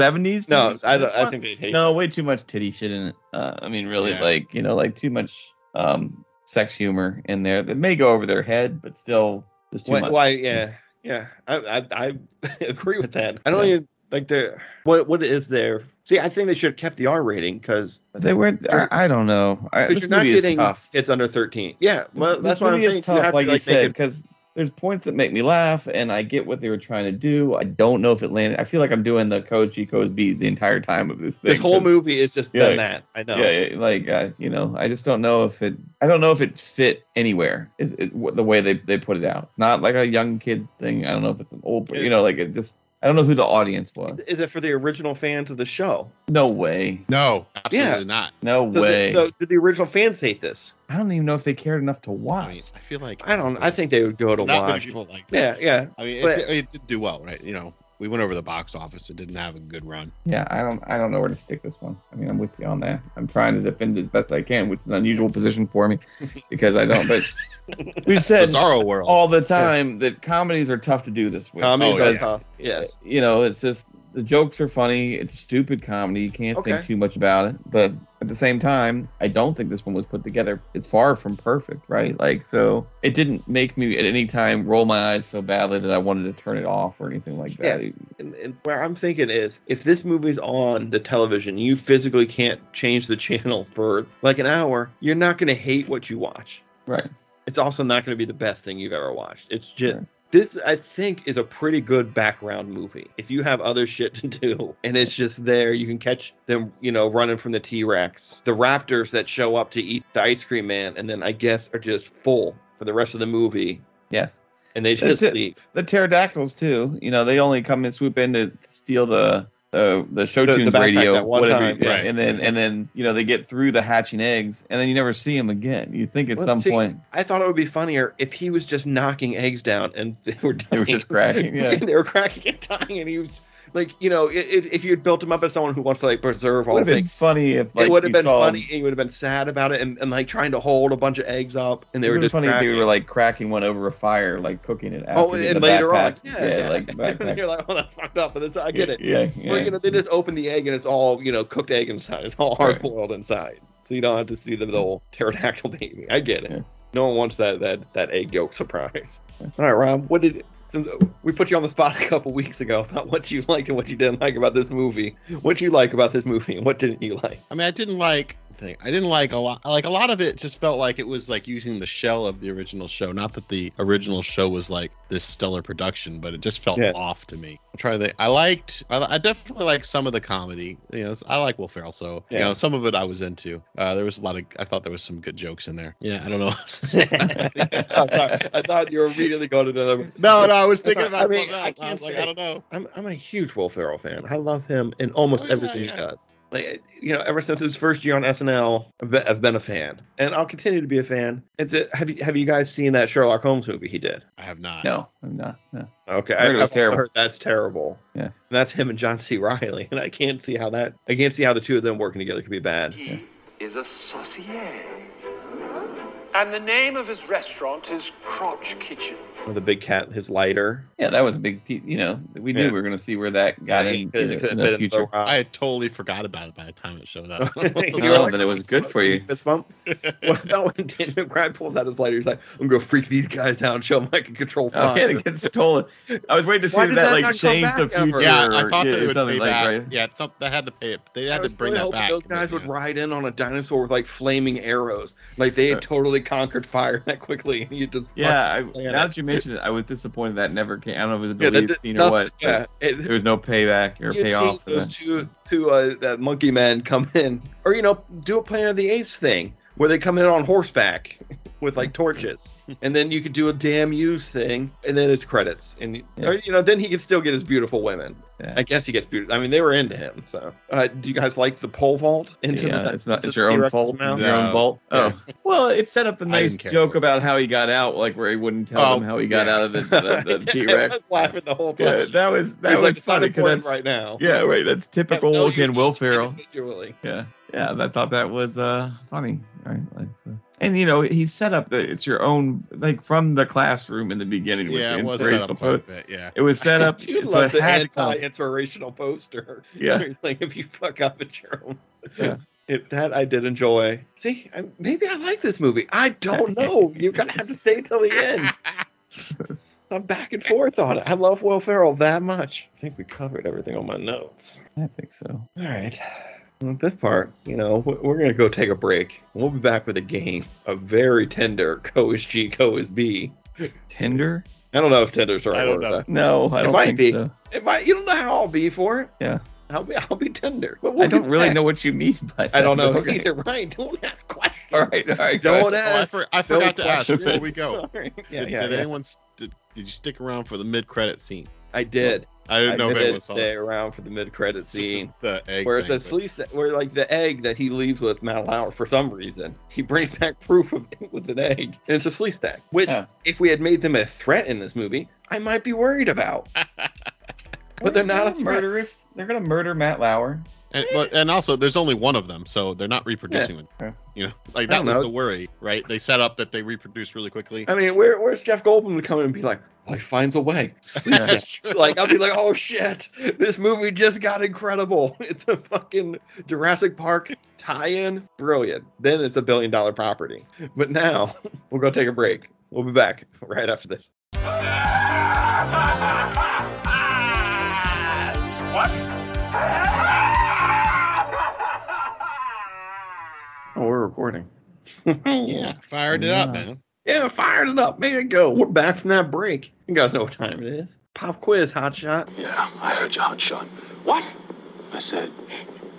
S1: [laughs]
S2: 70s?
S1: no,
S2: This-
S1: I,
S2: this
S1: don't, I
S2: one?
S1: think they'd hate
S2: No, way too much titty shit in it. Uh, I mean, really,
S3: Yeah.
S2: like you know, like too much um, sex humor in there that may go over their head, but still,
S1: it.
S2: just too
S1: Why,
S2: much.
S1: why? Yeah, [laughs] Yeah, I I, I [laughs] agree with that. I don't
S2: Yeah.
S1: even like the what what is there. See, I think they should have kept the R rating because
S2: But they were. I, I don't know. I, this
S1: you're not
S2: movie is
S1: getting
S2: tough.
S1: it's under thirteen. Yeah, well,
S2: This
S1: that's why I'm
S2: movie is
S1: saying.
S2: tough,
S1: you have to,
S2: like, you
S1: like, they
S2: said,
S1: could-
S2: because there's points that make me laugh, and I get what they were trying to do. I don't know if it landed. I feel like I'm doing the Coach E, Coach B the entire time of this thing.
S1: this whole
S2: 'cause-
S1: movie is just
S2: Yeah.
S1: been that. I know.
S2: Yeah, yeah, like uh, you know, I just don't know if it. I don't know if it fit anywhere. It, it, wh- the way they, they put it out, it's not like a young kids thing. I don't know if it's an old, you know, like it just. I don't know who the audience
S1: Is,
S2: was.
S1: is it for the original fans of the show?
S2: No way.
S3: No, absolutely
S1: Yeah.
S3: not.
S2: No
S1: So, the,
S2: way.
S1: so did the original fans hate this?
S2: I don't even know if they cared enough to
S3: I mean,
S2: watch.
S3: I feel like
S1: I don't. I think they would go to
S3: not many
S1: watch.
S3: people like.
S1: Yeah, yeah.
S3: I mean,
S1: But-
S3: it, did- it did do well, right? You know, we went over the box office. It didn't have a good run.
S2: Yeah, I don't. I don't know where to stick this one. I mean, I'm with you on that. I'm trying to defend it as best I can, which is an unusual position
S1: [laughs]
S2: for me because I don't. But [laughs] we've said
S3: Bizarro world.
S2: all the time that comedies are tough to do this with.
S1: Comedies
S3: Oh,
S1: are
S2: because-
S3: yes.
S1: tough. Yes.
S2: you know, it's just the jokes are funny. It's stupid comedy. You can't
S1: Okay.
S2: think too much about it. But at the same time, I don't think this one was put together. It's far from perfect, right? Like, so it didn't make me at any time roll my eyes so badly that I wanted to turn it off or anything like that.
S1: And, and where I'm thinking is, if this movie's on the television, you physically can't change the [laughs] channel for like an hour. You're not going to hate what you watch.
S2: Right.
S1: It's also not going to be the best thing you've ever watched. It's just
S2: Sure.
S1: this. I think is a pretty good background movie. If you have other shit to do, and it's just there, you can catch them. You know, running from the T-Rex, the raptors that show up to eat the ice cream man, and then I guess are just full for the rest of the movie,
S2: Yes.
S1: and they
S2: That's
S1: just
S2: it.
S1: leave.
S2: The pterodactyls too. You know, they only come and swoop in to steal the the the show
S1: The- the
S2: tunes
S1: backpack
S2: radio
S1: that one
S2: whatever,
S1: time,
S2: yeah,
S3: right.
S2: and then and then you know they get through the hatching eggs and then you never see them again. You think at
S1: Well,
S2: some
S1: see,
S2: point
S1: I thought it would be funnier if he was just knocking eggs down and they were dying.
S2: they were just cracking.
S1: [laughs]
S2: Yeah.
S1: they were cracking and dying, and he was like, you know, i- if, if you had built him up as someone who wants to like preserve all
S2: would have been
S1: things,
S2: funny if like
S1: it would have
S2: you
S1: been
S2: saw-
S1: funny. And he would have been sad about it, and, and like trying to hold a bunch of eggs up, and they
S2: it
S1: were
S2: would've been
S1: just
S2: funny if
S1: cracking.
S2: they were like cracking one over a fire, like cooking it. After
S1: oh,
S2: the-
S1: and
S2: the
S1: later
S2: backpack.
S1: on, yeah, yeah.
S2: like backpack.
S1: and [laughs] you're like, oh, that's fucked up, but it's, I get it.
S2: Yeah, yeah.
S1: Or you know, they just open the egg and it's all you know cooked egg inside. It's all
S2: Right.
S1: hard boiled inside, so you don't have to see the, the whole pterodactyl baby. I get it.
S2: Yeah.
S1: No one wants that that that egg yolk surprise. All right, Rob, what did since we put you on the spot [laughs] a couple weeks ago about what you liked and what you didn't like about this movie? What you like about this movie and what didn't you
S2: [laughs]
S1: like? [laughs]
S3: I mean, I didn't like thing. I didn't like a lot. Like a lot of it just felt like it was like using the shell of the original show. Not that the original show was like this stellar production, but it just felt
S1: Yeah.
S3: off to me. I'm trying to. Think. I liked. I, I definitely liked some of the comedy. You know, I like Will Ferrell, so you
S1: Yeah.
S3: know some of it I was into. Uh, there was a lot of. I thought there was some good jokes in there. Yeah, I don't
S1: [laughs]
S3: know.
S1: I'm sorry. I thought you were immediately going to another.
S3: [laughs] no, no, I was thinking
S1: I
S3: about.
S1: mean,
S3: something
S1: I
S3: else.
S1: can't
S3: was like,
S1: say-
S3: I don't know.
S1: I'm I'm a huge Will Ferrell fan. I love him in almost
S3: Oh, yeah,
S1: everything
S3: yeah.
S1: he does. Like you know, ever since his first year on SNL, I've been, I've been a fan, and I'll continue to be a fan. It's a, have you have you guys seen that Sherlock Holmes movie he did?
S3: I have not.
S2: No, I'm not. No.
S1: Okay,
S2: Heard it was
S1: also
S2: terrible.
S1: heard that's terrible.
S2: Yeah.
S1: And that's him and John C. Riley, and I can't see how that I can't see how the two of them working together could be bad.
S7: He is a saucier.
S5: And the name of his restaurant is Crotch Kitchen.
S1: The big cat, his lighter.
S2: Yeah, that was a big. pe- You know, we knew
S1: Yeah.
S2: we were going to see where that got
S1: Yeah,
S2: in,
S1: he
S2: in,
S1: could've-
S2: the, in
S1: could've
S2: the
S1: fit in
S2: future.
S1: rock.
S3: I had totally forgot about it by the time it showed up. [laughs]
S1: You were
S2: [laughs] No,
S1: like,
S2: but it was good for you.
S1: fist bump. what about when Dan McBride pulls out his lighter? He's like, "I'm gonna freak these guys out and show them I can control
S2: Oh,
S1: fire."
S2: yeah, [laughs] it gets stolen. I was waiting to see
S1: Why
S2: if
S1: did
S2: that,
S1: that not
S2: like
S1: come
S2: changed the
S1: back ever?
S2: future.
S3: yeah, I thought
S2: or-
S3: they
S2: yeah,
S3: would
S2: something
S3: pay
S2: like
S3: back.
S2: right.
S3: Yeah, it's some, they had to pay it. They
S1: I
S3: had to
S1: was
S3: bring
S1: really
S3: that
S1: hoping
S3: back.
S1: Those
S3: but,
S1: guys would
S3: yeah.
S1: ride in on a dinosaur with like flaming arrows, like they had totally conquered fire that quickly, and you just
S2: Yeah, I,
S1: Oh,
S3: Yeah.
S2: now that you mentioned it, I was disappointed that never came. I don't know if it was a
S1: Yeah, that
S2: deleted
S1: did
S2: scene or
S1: nothing.
S2: what. but
S1: yeah. It,
S2: There was no payback or
S1: you'd see
S2: payoff. for
S1: those
S2: that.
S1: two two uh, that monkey men come [laughs] in, or you know, do a Planet of the Apes thing where they come in on horseback [laughs] with like
S2: [laughs]
S1: torches, and then you could do a damn use thing, and then it's credits, and
S2: Yeah.
S1: or, you know, then he could still get his beautiful women.
S2: Yeah.
S1: I guess he gets beautiful. I mean, they were into him. So, uh, do you guys like the pole vault into
S2: yeah,
S1: the?
S2: it's not.
S1: into
S2: It's
S1: the
S2: [laughs] your own
S1: T-Rex's
S2: fault.
S1: mouth?
S2: Your own
S1: [laughs]
S3: No.
S2: fault.
S3: Yeah.
S2: Oh, well, it set up a nice
S3: didn't care
S2: joke
S3: for it.
S2: about how he got out, like where he wouldn't tell
S3: Oh,
S2: them how he got
S3: yeah.
S2: out of
S3: [laughs]
S2: the, the, [laughs] the T
S1: I
S2: Rex.
S1: was laughing the whole
S2: Yeah,
S1: time.
S2: that was that
S1: He's like,
S2: was
S1: "It's not
S2: funny because
S1: important
S2: that's
S1: right now.
S2: yeah, right. That's typical
S1: Tell you [laughs]
S2: again Will Ferrell.
S1: individually.
S2: Yeah, yeah. I thought that was uh funny. Right, like, so. And you know he set up that it's your own like from the classroom in the beginning. with
S3: Yeah,
S2: the
S3: it was set
S2: inspirational
S3: up quite a
S2: post.
S3: bit.
S1: [laughs]
S3: Yeah.
S2: It was set
S1: I
S2: up.
S1: do
S2: so
S1: love
S2: it
S1: the
S2: had to come.
S1: anti-inspirational poster. [laughs]
S2: Yeah.
S1: like if you fuck up, it's your own.
S2: Yeah.
S1: [laughs] It, that I did enjoy. See, I,
S2: [laughs]
S1: maybe I like this movie. I don't know. You're gonna have to stay till the end. I'm back and forth on it. I love Will Ferrell that much. I think we covered everything on my notes.
S2: I think so.
S1: All right. Well, at this part, you know, we- we're going to go take a break. We'll be back with a game. A very tender [laughs] Co is G, Co is B.
S2: Tinder?
S1: I don't know if tender's the right
S3: I don't
S1: word
S3: know.
S1: for that.
S2: No, I
S1: It
S2: don't
S1: might
S2: think
S1: be.
S2: so.
S1: It might, you don't know how I'll be for it.
S2: Yeah.
S1: I'll be, I'll be tender. But
S2: I
S1: we'll
S2: don't
S1: get
S2: really
S1: back.
S2: know what you mean by that.
S1: I don't know
S2: but [laughs] okay.
S1: either. Ryan, don't ask questions.
S2: All right, all right. go
S1: Don't
S2: ahead.
S3: Oh, I,
S1: ask.
S3: for, I forgot to ask
S2: question
S3: before we
S2: is-
S3: go.
S1: Sorry. [laughs] Yeah,
S3: did
S1: yeah,
S3: did
S1: yeah.
S3: anyone s- did, did you stick around for the mid-credit scene?
S1: I did.
S3: I didn't
S1: I
S3: know if
S1: missed
S3: anyone
S1: it
S3: saw
S1: stay
S3: it.
S1: around for the mid-credit
S3: It's just
S1: scene.
S3: The egg
S1: Where it's
S3: thing,
S1: at least that, where like the egg that he leaves with Malauer for some reason, he brings [laughs] back proof of it with an egg, and it's a sleaze stack. Which,
S2: Yeah.
S1: if we had made them a threat in this movie, I might be worried about. But they're not a
S2: gonna
S1: threat.
S2: murderous. They're gonna murder
S1: [laughs]
S2: Matt Lauer.
S3: And, but, and also, there's only one of them, so they're not reproducing it.
S2: Yeah.
S3: You know, like
S1: I
S3: that
S1: don't
S3: was
S1: know.
S3: the worry, right? They set up that they reproduce really quickly.
S1: I mean, where, where's Jeff Goldblum to come in and be like, life finds a way? [laughs] Sleaze
S2: [laughs] Yeah.
S1: stacks. like I'll be like, oh shit, this movie just got incredible. [laughs] It's a fucking Jurassic Park tie-in, brilliant. Then it's a billion-dollar property. But now [laughs] we'll go take a break. We'll be back right after this.
S6: Ah,
S1: Oh, we're recording.
S3: yeah, fired it up,
S2: Yeah.
S3: man.
S1: Oh. Yeah, fired it up, made it go. We're back from that break. You guys know what time it is. Pop quiz, hot shot.
S6: [laughs] Yeah, I heard you hot shot. What? I said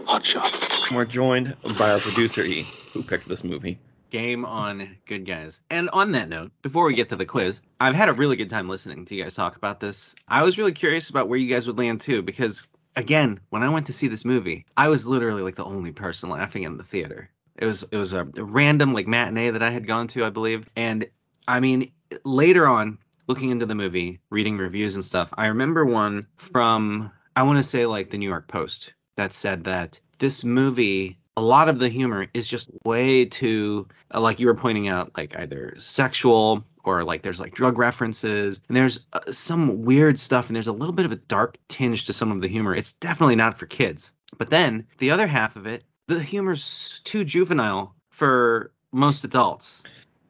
S6: hot shot.
S1: We're joined by our producer E, who picked this movie.
S8: Game on, good guys. And on that note, before we get to the quiz, I've had a really good time listening to you guys talk about this. I was really curious about where you guys would land too, because again, when I went to see this movie, I was literally like the only person laughing in the theater. It was it was a random like matinee that I had gone to, I believe. And I mean, later on, looking into the movie, reading reviews and stuff, I remember one from I want to say like the New York Post that said that this movie, a lot of the humor is just way too uh, like you were pointing out like either sexual or like there's like drug references and there's uh, some weird stuff and there's a little bit of a dark tinge to some of the humor. It's definitely not for kids. But then the other half of it, the humor's too juvenile for most adults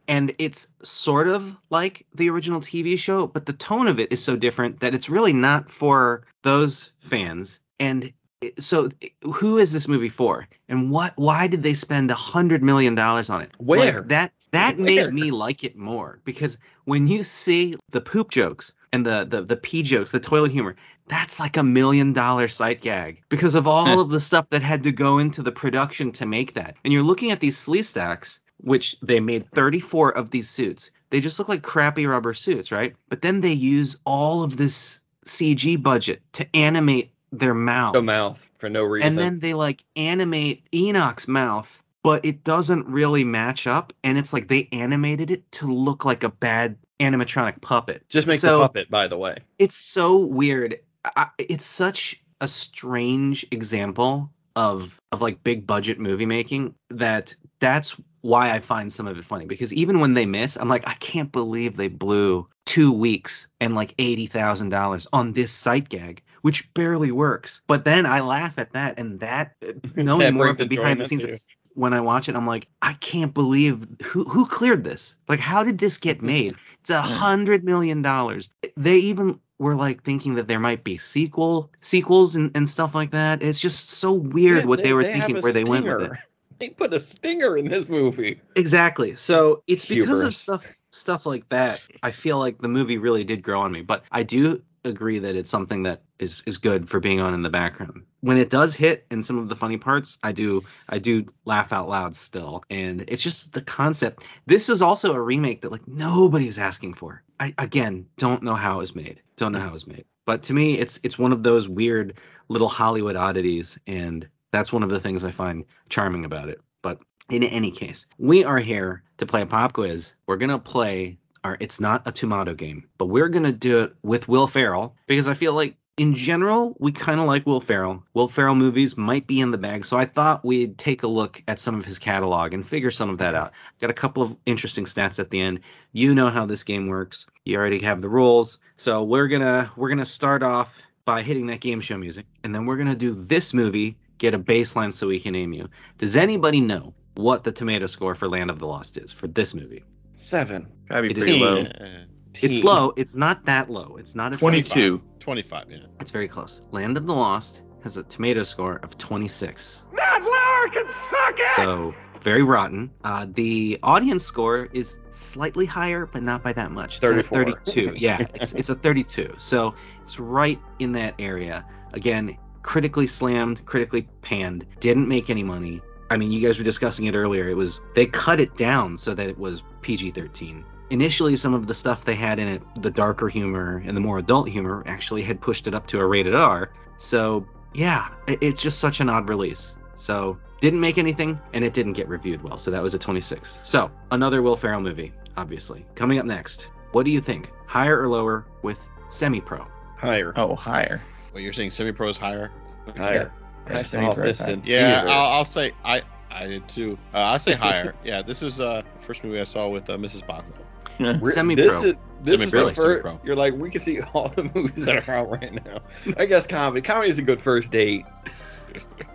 S8: and it's sort of like the original TV show, but the tone of it is so different that it's really not for those fans. And it- so, who is this movie for? And what? Why did they spend a hundred million dollars on it? Like,
S1: Where?
S8: that that
S1: Where?
S8: made me like it more because when you see the poop jokes and the the the pee jokes, the toilet humor, that's like a million dollar sight gag because of all of the stuff that had to go into the production to make that. And you're looking at these sleeve stacks, which they made 34 of these suits. They just look like crappy rubber suits, right? But then they use all of this CG budget to animate their mouth.
S1: The mouth for no reason.
S8: And then they like animate Enoch's mouth, but it doesn't really match up. And it's like they animated it to look like a bad animatronic puppet.
S1: Just make
S8: So-
S1: the puppet, by the way.
S8: It's so weird. I, it's such a strange example of of like big budget movie making that that's why I find some of it funny because even when they miss, I'm like, I can't believe they blew two weeks and like eighty thousand dollars on this sight gag, which barely works. But then I laugh at that, and [laughs] that uh, knowing
S1: That
S8: more
S1: brings
S8: of the
S1: enjoyment
S8: behind the scenes
S1: to you.
S8: when I watch it, I'm like, I can't believe who who cleared this. Like, how did this get made? It's a hundred million dollars. They even were like thinking that there might be sequel sequels and, and stuff like that. It's just so weird
S1: Yeah,
S8: what they, were
S1: have
S8: thinking
S1: a
S8: where they went with it.
S1: stinger. [laughs] They put a stinger in this movie.
S8: Exactly. So it's because of
S1: Hubris.
S8: stuff stuff like that. I feel like the movie really did grow on me, but I do agree that it's something that is is good for being on in the background. When it does hit and some of the funny parts, I do I do laugh out loud still. And it's just the concept. This is also a remake that like nobody was asking for. I again don't know how it was made. Don't know how it was made. But to me it's it's one of those weird little Hollywood oddities and that's one of the things I find charming about it. But in any case, we are here to play a pop quiz. We're going to play our It's Not a Tomato game, but we're going to do it with Will Ferrell because I feel like in general, we kind of like Will Ferrell. Will Ferrell movies might be in the bag, so I thought we'd take a look at some of his catalog and figure some of that out. Got a couple of interesting stats at the end. You know how this game works. You already have the rules. So we're going to we're going to start off by hitting that game show music and then we're going to do this movie, get a baseline so we can name you. Does anybody know what the tomato score for Land of the Lost is for this movie?
S1: Seven.
S2: Gotta be
S8: It
S2: pretty
S8: is-
S2: low.
S3: Yeah.
S8: It's low. It's not that low. It's not a
S2: Twenty
S8: 22.
S2: two.
S3: 25, yeah.
S8: It's very close. Land of the Lost has a tomato score of 26.
S5: Matt Lauer can suck it!
S8: So very rotten. Uh, the audience score is slightly higher, but not by that much. It's at a
S1: 34.
S8: 32. Yeah, it's, it's a 32. So it's right in that area. Again, critically slammed, critically panned. Didn't make any money. I mean, you guys were discussing it earlier. It was they cut it down so that it was PG-13. Initially, some of the stuff they had in it, the darker humor and the more adult humor, actually had pushed it up to a rated R. So yeah, i- it's just such an odd release. So didn't make anything, and it didn't get reviewed well. So that was a 26. So another Will Ferrell movie, obviously. Coming up next, what do you think? Higher or lower with Semi Pro?
S1: Higher.
S2: Oh, higher.
S3: What you're saying, semi pro is higher?
S1: Higher.
S2: High
S1: I saw this
S2: 70%.
S1: in
S3: Yeah,
S1: theaters.
S3: I'll, I'll say I I did too. Uh,
S2: [laughs]
S3: I'll say higher. yeah, this was uh, the first movie I saw with uh, Mrs. Bachman.
S1: Re-
S8: Semi-pro.
S1: This is, this is
S3: Semi-pro,
S1: the first.
S3: semi-pro.
S1: You're like, we can see all the movies that are out right now. I guess comedy. Comedy is a good first [laughs] date.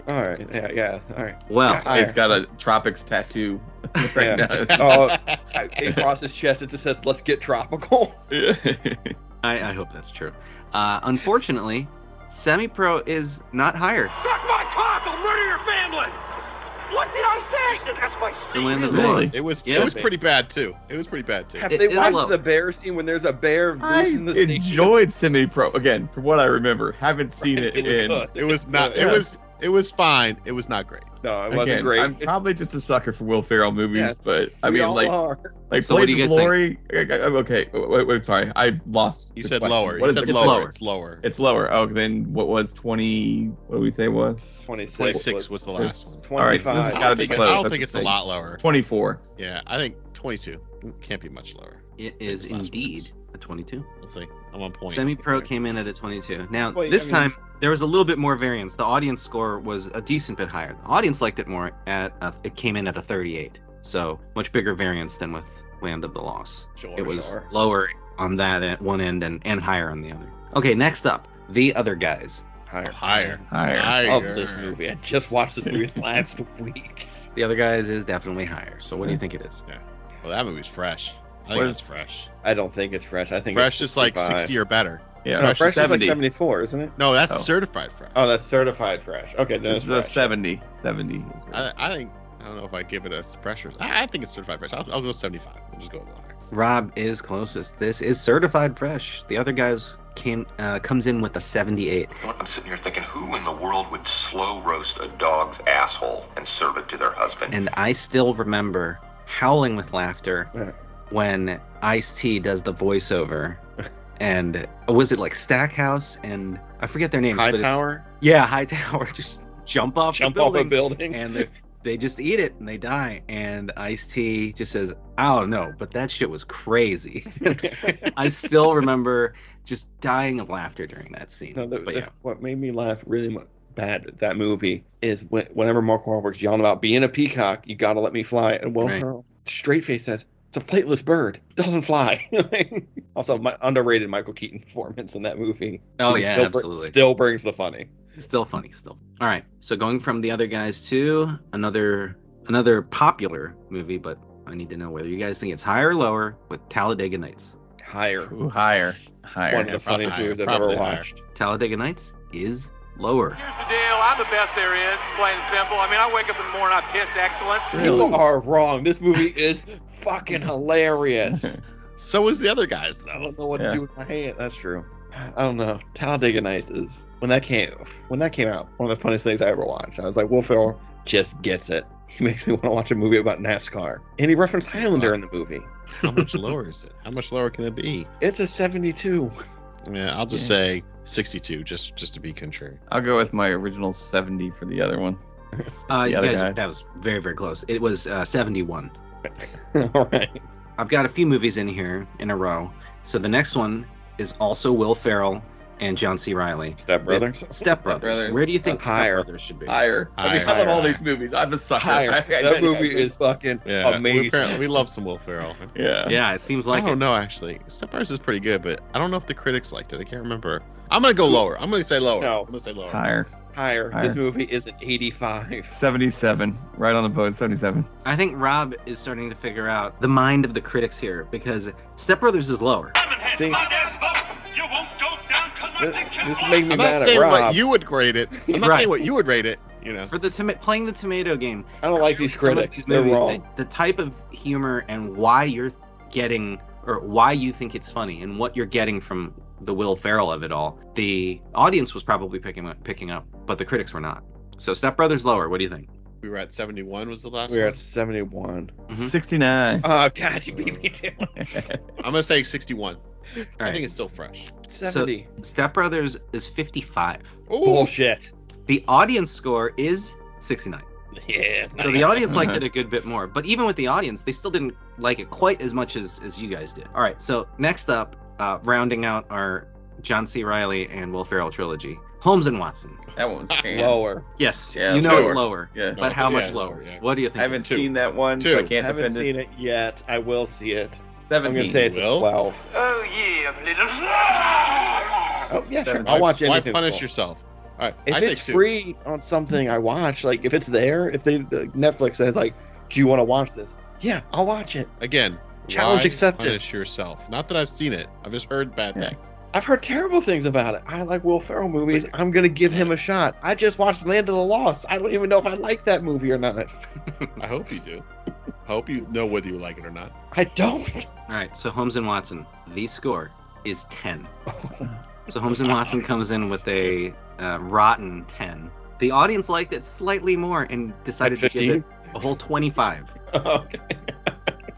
S1: All right. Yeah. Yeah. All right.
S8: Well,
S1: Yeah,
S2: He's
S1: higher.
S2: got a tropics tattoo right
S1: Yeah.
S2: now.
S1: [laughs] Oh, I- across his chest it just says, "Let's get tropical."
S8: I, I hope that's true. Uh, unfortunately, Semi Pro is not higher.
S5: Suck my cock! I'll murder your family! What did I say? Listen, that's my secret.
S8: land of the
S2: really?
S3: [laughs] it was
S8: Yeah.
S3: it was pretty bad too. It was pretty bad too.
S1: Have
S8: It
S1: they
S8: is
S1: watched
S8: low.
S1: the bear scene when there's a bear
S2: [laughs] I
S1: loose in the snake?
S2: enjoyed Semi Pro again, from what I remember. Haven't seen it
S1: It was
S2: in.
S1: good.
S3: It
S2: [laughs]
S3: was not. It was it was fine. It was not great.
S1: No, it wasn't
S2: again,
S1: great.
S2: I'm
S1: It's-
S2: probably just a sucker for Will Ferrell movies,
S1: Yes.
S2: but I
S1: we
S2: mean,
S1: all
S2: like,
S1: are.
S2: like
S8: So what do
S2: Blades
S8: you
S2: of
S8: guys think?
S2: Glory. I, I, I'm okay. Wait, wait, sorry, I've lost.
S3: You
S2: the
S3: said
S2: question.
S3: lower.
S2: What
S3: you
S2: is
S3: said
S2: it? It's
S3: lower.
S8: lower.
S3: It's lower.
S2: It's lower. Oh, then what was 20? What did we say it was?
S1: 26,
S3: 26 was the last.
S2: All right, so this has
S1: 25.
S2: got to
S3: I
S2: be
S3: think it-
S2: close.
S3: I don't
S2: that's
S3: think it's
S2: the
S3: a
S2: thing.
S3: lot lower.
S2: 24.
S3: Yeah, I think 22 It can't be much lower.
S8: It
S3: Last
S8: is
S3: words.
S8: indeed a 22.
S3: Let's see. I'm on point.
S8: Semi Pro came in at a 22. Now,
S1: Well,
S8: this
S1: I mean-
S8: time, there was a little bit more variance. The audience score was a decent bit higher. The audience liked it more at, a, it came in at a 38. So, much bigger variance than with Land of the Lost.
S1: Sure,
S8: It was
S1: sure.
S8: lower on that at one end and, and higher on the other. Okay, next up, The Other Guys.
S3: Oh,
S1: higher.
S3: higher.
S2: Higher.
S1: Of this movie, I just watched this [laughs] movie last week.
S8: The Other Guys is definitely higher. So, what do you think it is?
S3: Well, that movie's fresh. I think
S2: What
S3: it's
S2: is-
S3: fresh.
S1: I don't think it's fresh. I think
S3: Fresh
S1: it's
S3: is like 60 or better.
S2: Yeah,
S1: No, fresh is like
S2: 70.
S1: 74, isn't it?
S3: No, that's
S2: Oh.
S3: certified fresh.
S1: Oh, that's certified fresh. Okay, then
S2: This
S1: it's
S2: is a
S1: fresh.
S2: 70. 70. is right.
S3: I, I think I don't know if I give it a pressure. I, I think it's certified fresh. I'll, I'll go 75. I'll just go with lower.
S8: Rob is closest. This is certified fresh. The Other Guys came uh, comes in with a 78.
S9: I'm sitting here thinking, who in the world would slow roast a dog's asshole and serve it to their husband?
S8: And I still remember howling with laughter
S1: Yeah.
S8: when Ice T does the voiceover. And was it like Stackhouse and I forget their names? but it's-
S1: Hightower,
S8: Yeah, Hightower. [laughs] Just jump off
S1: jump
S8: the
S1: off
S8: building.
S1: a [laughs] building.
S8: and they they just eat it and they die. And Ice T just says, I don't know, but that shit was crazy. I still remember just dying of laughter during that scene.
S1: No, the,
S8: but
S1: the-
S8: yeah.
S1: what made me laugh really mu- bad at that movie is when, whenever Mark Wahlberg's yelling about being a peacock, you gotta let me fly, and Will
S8: Right.
S1: Ferrell straight face says, "It's a flightless bird, doesn't fly." [laughs] also, my underrated Michael Keaton performance in that movie.
S8: Oh
S1: He
S8: yeah,
S1: still br-
S8: absolutely.
S1: still brings the funny.
S8: still funny still all right so going from the other guys to another another popular movie but i need to know whether you guys think it's higher or lower with talladega nights
S1: Higher,
S2: Ooh, higher. Higher.
S1: one of
S3: yeah,
S1: the
S3: probably
S1: funniest
S3: higher,
S1: movies I've
S3: probably
S1: ever
S3: higher.
S1: watched.
S8: talladega nights is lower
S5: Here's the deal. I'm the best there is, plain and simple. I mean, I wake up in the morning, I piss excellence.
S1: You are wrong. This movie is fucking hilarious.
S3: So was the other guys
S1: I
S3: though.
S1: don't know what
S2: Yeah.
S1: to do with my hand. That's true. I don't know. Talladega Nights is when that came when that came out. One of the funniest things I ever watched. I was like, Will Ferrell just gets it. [laughs] He makes me want to watch a movie about NASCAR. And he referenced Highlander in the movie. [laughs]
S3: How much lower is it? How much lower can it be?
S1: It's a [laughs] 72.
S3: I mean, I'll just say 62, just just to be contrary.
S2: I'll go with my original 70 for the other one.
S8: uh
S2: The
S8: you
S2: Other
S8: guys,
S2: Guys.
S8: that was very very close it was uh, 71
S1: All right.
S8: i've got a few movies in here in a row so the next one is also will ferrell and john c riley
S1: Step Brothers.
S8: Step Brothers.
S2: Brothers.
S8: Where do you think
S1: That's higher.
S8: Step Brothers should be?
S2: Higher. I mean,
S3: Higher.
S2: I love all
S3: Higher.
S2: these movies. I'm a sucker.
S1: Higher.
S2: [laughs] I- I-
S1: That movie is fucking
S3: Yeah, we, apparently,
S1: amazing.
S3: we love some Will Ferrell.
S2: Yeah.
S8: Yeah, it seems
S3: I
S8: like
S3: don't
S8: it.
S3: know actually. Step Brothers is pretty good, but I don't know if the critics liked it. I can't remember. I'm gonna go lower. I'm gonna say lower.
S1: No.
S3: I'm gonna say
S2: It's
S3: lower.
S2: higher.
S1: Higher.
S2: Higher.
S1: This movie is an 85.
S2: 77. Right on the boat. 77.
S1: Mm-hmm.
S8: I think Rob is starting to figure out the mind of the critics here because Step Brothers is lower.
S5: I'm
S6: It's
S1: See?
S6: my dad's fault. You won't go down 'cause my
S1: This,
S6: dick can
S1: this
S6: fly.
S1: made me
S3: I'm not
S1: mad at
S3: saying
S1: Rob.
S3: what you would grade it. I'm not
S8: Right.
S3: saying what you would rate it. You know,
S8: For the toma- playing the tomato game,
S1: I don't like these
S8: some of
S1: critics.
S8: these
S1: They're
S8: movies,
S1: wrong.
S8: The, the type of humor and why you're getting or why you think it's funny and what you're getting from the Will Ferrell of it all. The audience was probably picking up, picking up, but the critics were not. So Step Brothers lower. What do you think?
S3: we were at 71 was the last
S1: We are
S3: one.
S1: at 71.
S8: Mhm.
S2: 69.
S1: Oh, God, you beat me to it.
S3: I'm gonna say 61. I
S8: All
S3: think
S8: right.
S3: it's still fresh.
S1: 70.
S8: Step Brothers is 55.
S3: Oh,
S1: Bullshit.
S8: The audience score is 69.
S1: Yeah.
S2: [laughs]
S8: So the audience liked it
S2: Uh-huh.
S8: a good bit more. But even with the audience, they still didn't like it quite as much as as you guys did. All right. So next up, uh, rounding out our John C. Riley and Will Ferrell trilogy, Holmes and Watson.
S2: That one's
S1: Ah,
S2: canned.
S1: Lower.
S8: Yes,
S2: Yeah,
S8: you
S2: it's
S8: know it's
S2: lower.
S8: lower,
S2: Yeah.
S8: but how much
S3: yeah,
S8: lower?
S3: yeah.
S8: What do you think?
S2: I haven't
S3: Two.
S2: seen that one, so I
S3: Two.
S2: can't
S1: haven't
S2: defend it.
S1: seen it yet. I will see it. I'm
S2: 17.
S1: going to say it's a
S3: Will?
S1: 12.
S5: Oh, ye of little.
S1: Oh, yeah, sure.
S2: Seven.
S1: I'll watch
S3: why
S1: anything.
S3: punish
S1: Will.
S3: yourself? All right,
S1: If
S3: I say
S1: it's
S3: two.
S1: free on something I watch, like if it's there, if they the Netflix says like, "Do you want to watch this?" Yeah, I'll watch it.
S3: again,
S1: Challenge
S3: why
S1: accepted.
S3: Punish yourself. Not that I've seen it. I've just heard bad
S2: Yeah.
S3: [laughs] things.
S1: I've heard terrible things about it. I like Will Ferrell movies. I'm gonna give him a shot. I just watched Land of the Lost. I don't even know if I like that movie or not.
S3: I hope you do. I hope you know whether you like it or [laughs] not.
S1: I don't.
S8: All right. So Holmes and Watson, the score is 10. So Holmes and Watson comes in with a uh, rotten 10. The audience liked it slightly more and decided to give it
S1: 15?
S8: a whole 25.
S1: [laughs] Okay.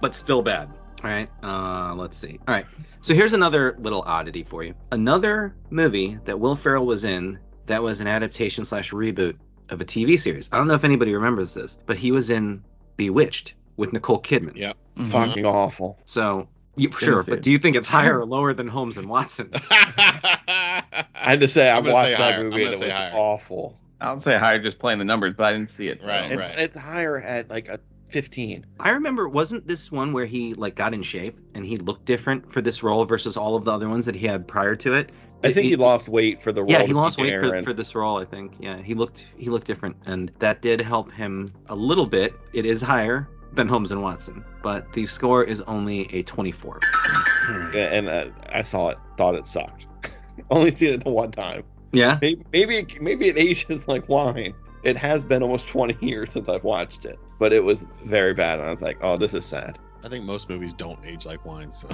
S8: but still bad. All right. Uh, let's see. All right. So here's another little oddity for you. Another movie that Will Ferrell was in that was an adaptation slash reboot of a TV series. I don't know if anybody remembers this, but he was in Bewitched with Nicole Kidman.
S3: Yeah.
S2: Mhm.
S1: Fucking awful.
S8: So you, sure,
S2: see
S8: but
S2: it.
S8: do you think it's higher or lower than Holmes and Watson? [laughs]
S1: I had to say I've
S3: gonna
S1: watched
S3: say
S1: that
S3: higher. I'm
S1: movie
S3: gonna
S1: and it
S3: say
S1: was
S3: higher.
S1: awful.
S2: I'll say higher just playing the numbers, but I didn't see it. So.
S3: Right,
S1: It's it's higher at like a 15.
S8: I remember wasn't this one where he like got in shape and he looked different for this role versus all of the other ones that he had prior to it?
S1: I think
S8: It-
S1: he lost weight for the role.
S8: yeah
S1: to
S8: he
S1: be
S8: lost weight for,
S1: Darren.
S8: for this role i think yeah he looked he looked different and that did help him a little bit it is higher than holmes and watson but the score is only a 24
S1: Yeah, and uh, I saw it, thought it sucked. [laughs] Only seen it the one time.
S8: yeah
S1: Maybe maybe it, maybe it ages like wine. It has been almost 20 [laughs] years since I've watched it, but it was very bad, and I was like, oh, this is sad.
S3: I think most movies don't age like wine. So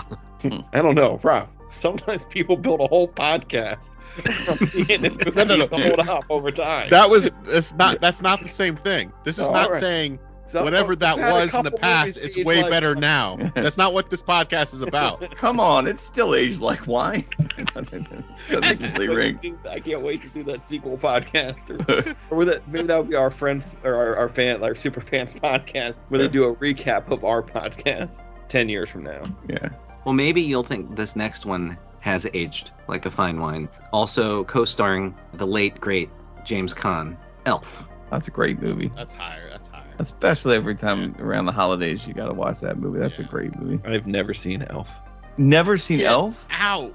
S1: I don't know, Rob. Sometimes people build a whole podcast [laughs] from seeing it
S3: No, no, no.
S1: to hold up over time.
S3: that was that's [laughs] not that's not the same thing. This is
S1: Oh,
S3: not
S1: all right.
S3: saying
S1: So-
S3: whatever that
S1: I've had a
S3: was in the
S1: couple
S3: past,
S1: movies
S3: it's
S1: age
S3: way
S1: like-
S3: better now. That's not what this podcast is about.
S2: Come on, it's still aged like wine. [laughs]
S1: [laughs]
S2: Doesn't really ring.
S1: I can't wait to do that sequel podcast, [laughs] or, or with it, maybe that would be our friend or our, our fan, our super fans podcast, where they do a recap of our podcast ten years from now.
S2: Yeah.
S8: well maybe you'll think this next one has aged like a fine wine also co-starring the late great james caan elf
S2: That's a great movie.
S3: That's higher. That's higher.
S2: Especially every time around the holidays, you got to watch that movie. That's
S3: Yeah.
S2: a great movie.
S1: I've never seen Elf.
S2: Never seen
S3: Yeah.
S2: Elf?
S3: Ow.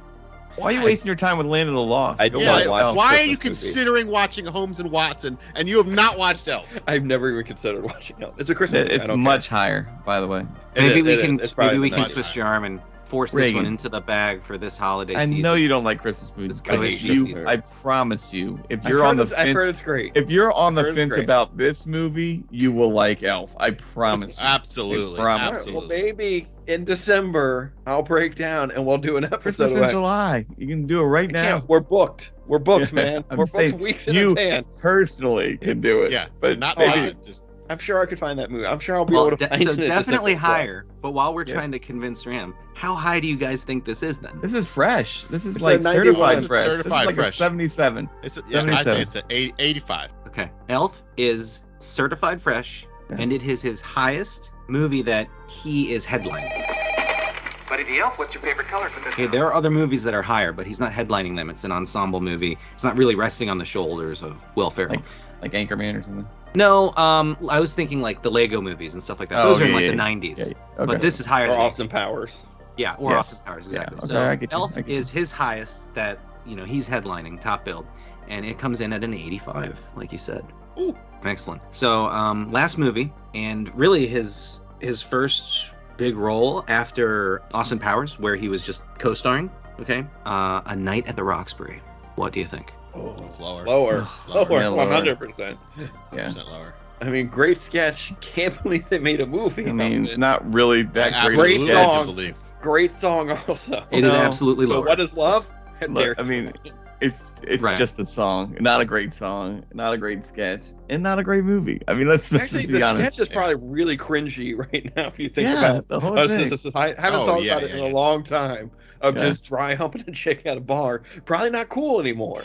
S2: Why are you wasting your time with Land of the Lost?
S1: I
S2: Go
S1: don't
S3: Yeah,
S2: watch
S1: watch
S2: Elf.
S3: why are you
S1: Christmas movies.
S3: considering watching Holmes and Watson and you have not watched Elf?
S1: I've never even considered watching Elf. It's a Christmas.
S2: It-
S1: movie, I
S2: It's
S1: don't
S2: much higher, by the way.
S1: care. It
S8: maybe
S1: is-
S8: we
S1: it
S8: can
S1: is. It's probably
S8: maybe we
S1: the
S8: can
S1: ninth.
S3: next
S8: twist
S3: one.
S8: your arm and force this
S2: Reagan.
S8: one into the bag for this holiday
S2: I
S8: season
S2: know you don't like Christmas movies.
S8: It's
S2: but
S1: great.
S2: you, I promise you, if
S1: I've
S2: you're
S1: heard
S2: on the
S1: it's- I've
S2: fence,
S1: heard it's great.
S2: if you're on
S1: I've
S2: the
S1: heard it's
S2: fence
S1: great.
S2: about this movie, you will like Elf. I promise. you.
S1: Ah,
S3: Absolutely.
S2: I promise.
S1: All right, well,
S3: Absolutely.
S1: maybe in December I'll break down and we'll do an episode.
S2: Christmas in
S1: about-
S2: July. You can do it right
S1: I
S2: now.
S1: can't- We're booked. We're booked,
S2: [laughs] Yeah,
S1: man.
S2: I'm
S1: We're booked
S2: saying
S1: weeks in
S2: you-
S1: advance.
S2: Personally, can do it.
S3: Yeah,
S2: but
S3: not
S2: maybe-
S3: mine. Just
S1: I'm sure I could find that movie. I'm sure I'll be
S8: Well,
S1: able to
S2: [laughs]
S8: de-
S1: find
S8: so
S1: it. in December
S8: definitely
S1: as well.
S8: higher. But while we're
S2: Yeah.
S8: trying to convince Ram, how high do you guys think this is then?
S2: This is fresh. This is
S1: It's
S2: like
S1: a 91.
S2: certified
S1: It's
S2: fresh.
S3: certified
S2: this is like
S3: fresh.
S2: a 77.
S3: it's a, yeah, I
S2: 77.
S3: say it's a 80, 85.
S8: Okay. Elf is certified fresh,
S2: Yeah.
S8: and it is his highest movie that he is headlining.
S7: Buddy the Elf, what's your favorite color for the
S8: Okay, there are other movies that are higher, but he's not headlining them. It's an ensemble movie. It's not really resting on the shoulders of Will Ferrell.
S2: Like- Like Anchorman or something.
S8: no, um, I was thinking like the Lego movies and stuff like that.
S2: Oh,
S8: Those are in
S2: yeah,
S8: like
S2: yeah,
S8: the
S2: yeah.
S8: 90s.
S2: Yeah, yeah. Okay.
S8: But this is higher.
S1: Or
S8: than
S1: Austin Powers.
S8: Yeah, or
S2: Yes.
S8: Austin Powers,
S2: Yeah,
S8: exactly.
S2: okay,
S8: so
S2: I get you,
S8: Elf
S2: I get
S8: is his highest that you know he's headlining top build, and it comes in at an 85, like you said.
S3: Ooh.
S8: Excellent. So um, last movie, and really his his first big role after Austin Powers, where he was just co-starring. Okay, uh, A Night at the Roxbury. What do you think?
S1: Oh,
S3: It's lower.
S1: lower,
S3: Lower,
S1: lower,
S2: yeah, lower.
S1: one hundred percent.
S2: Yeah.
S3: 100% lower.
S1: I mean, great sketch. [laughs] Can't believe they made a movie.
S2: I
S1: about
S2: mean,
S1: it.
S2: not really
S3: I
S2: that great. of a
S1: Great
S3: absolutely
S2: sketch.
S1: song.
S3: believe.
S1: great song also.
S8: It is
S2: No.
S1: [laughs]
S8: absolutely
S1: But
S8: lower.
S1: what is love?
S2: Look, I mean, It's it's
S8: Right.
S2: just a song, not a great song, not a great sketch, and not a great movie. I mean, [laughs] let's, let's
S1: actually
S2: just
S1: the
S2: be honest.
S1: sketch is probably really cringy [laughs] right now if you think
S2: yeah,
S1: about it.
S2: the whole
S1: us
S2: thing.
S1: as a society. I haven't
S3: Oh,
S1: thought
S3: yeah,
S1: about it
S3: yeah,
S1: in
S3: yeah.
S1: a long time of
S2: Yeah.
S1: just dry humping a chick at a bar. Probably not cool anymore.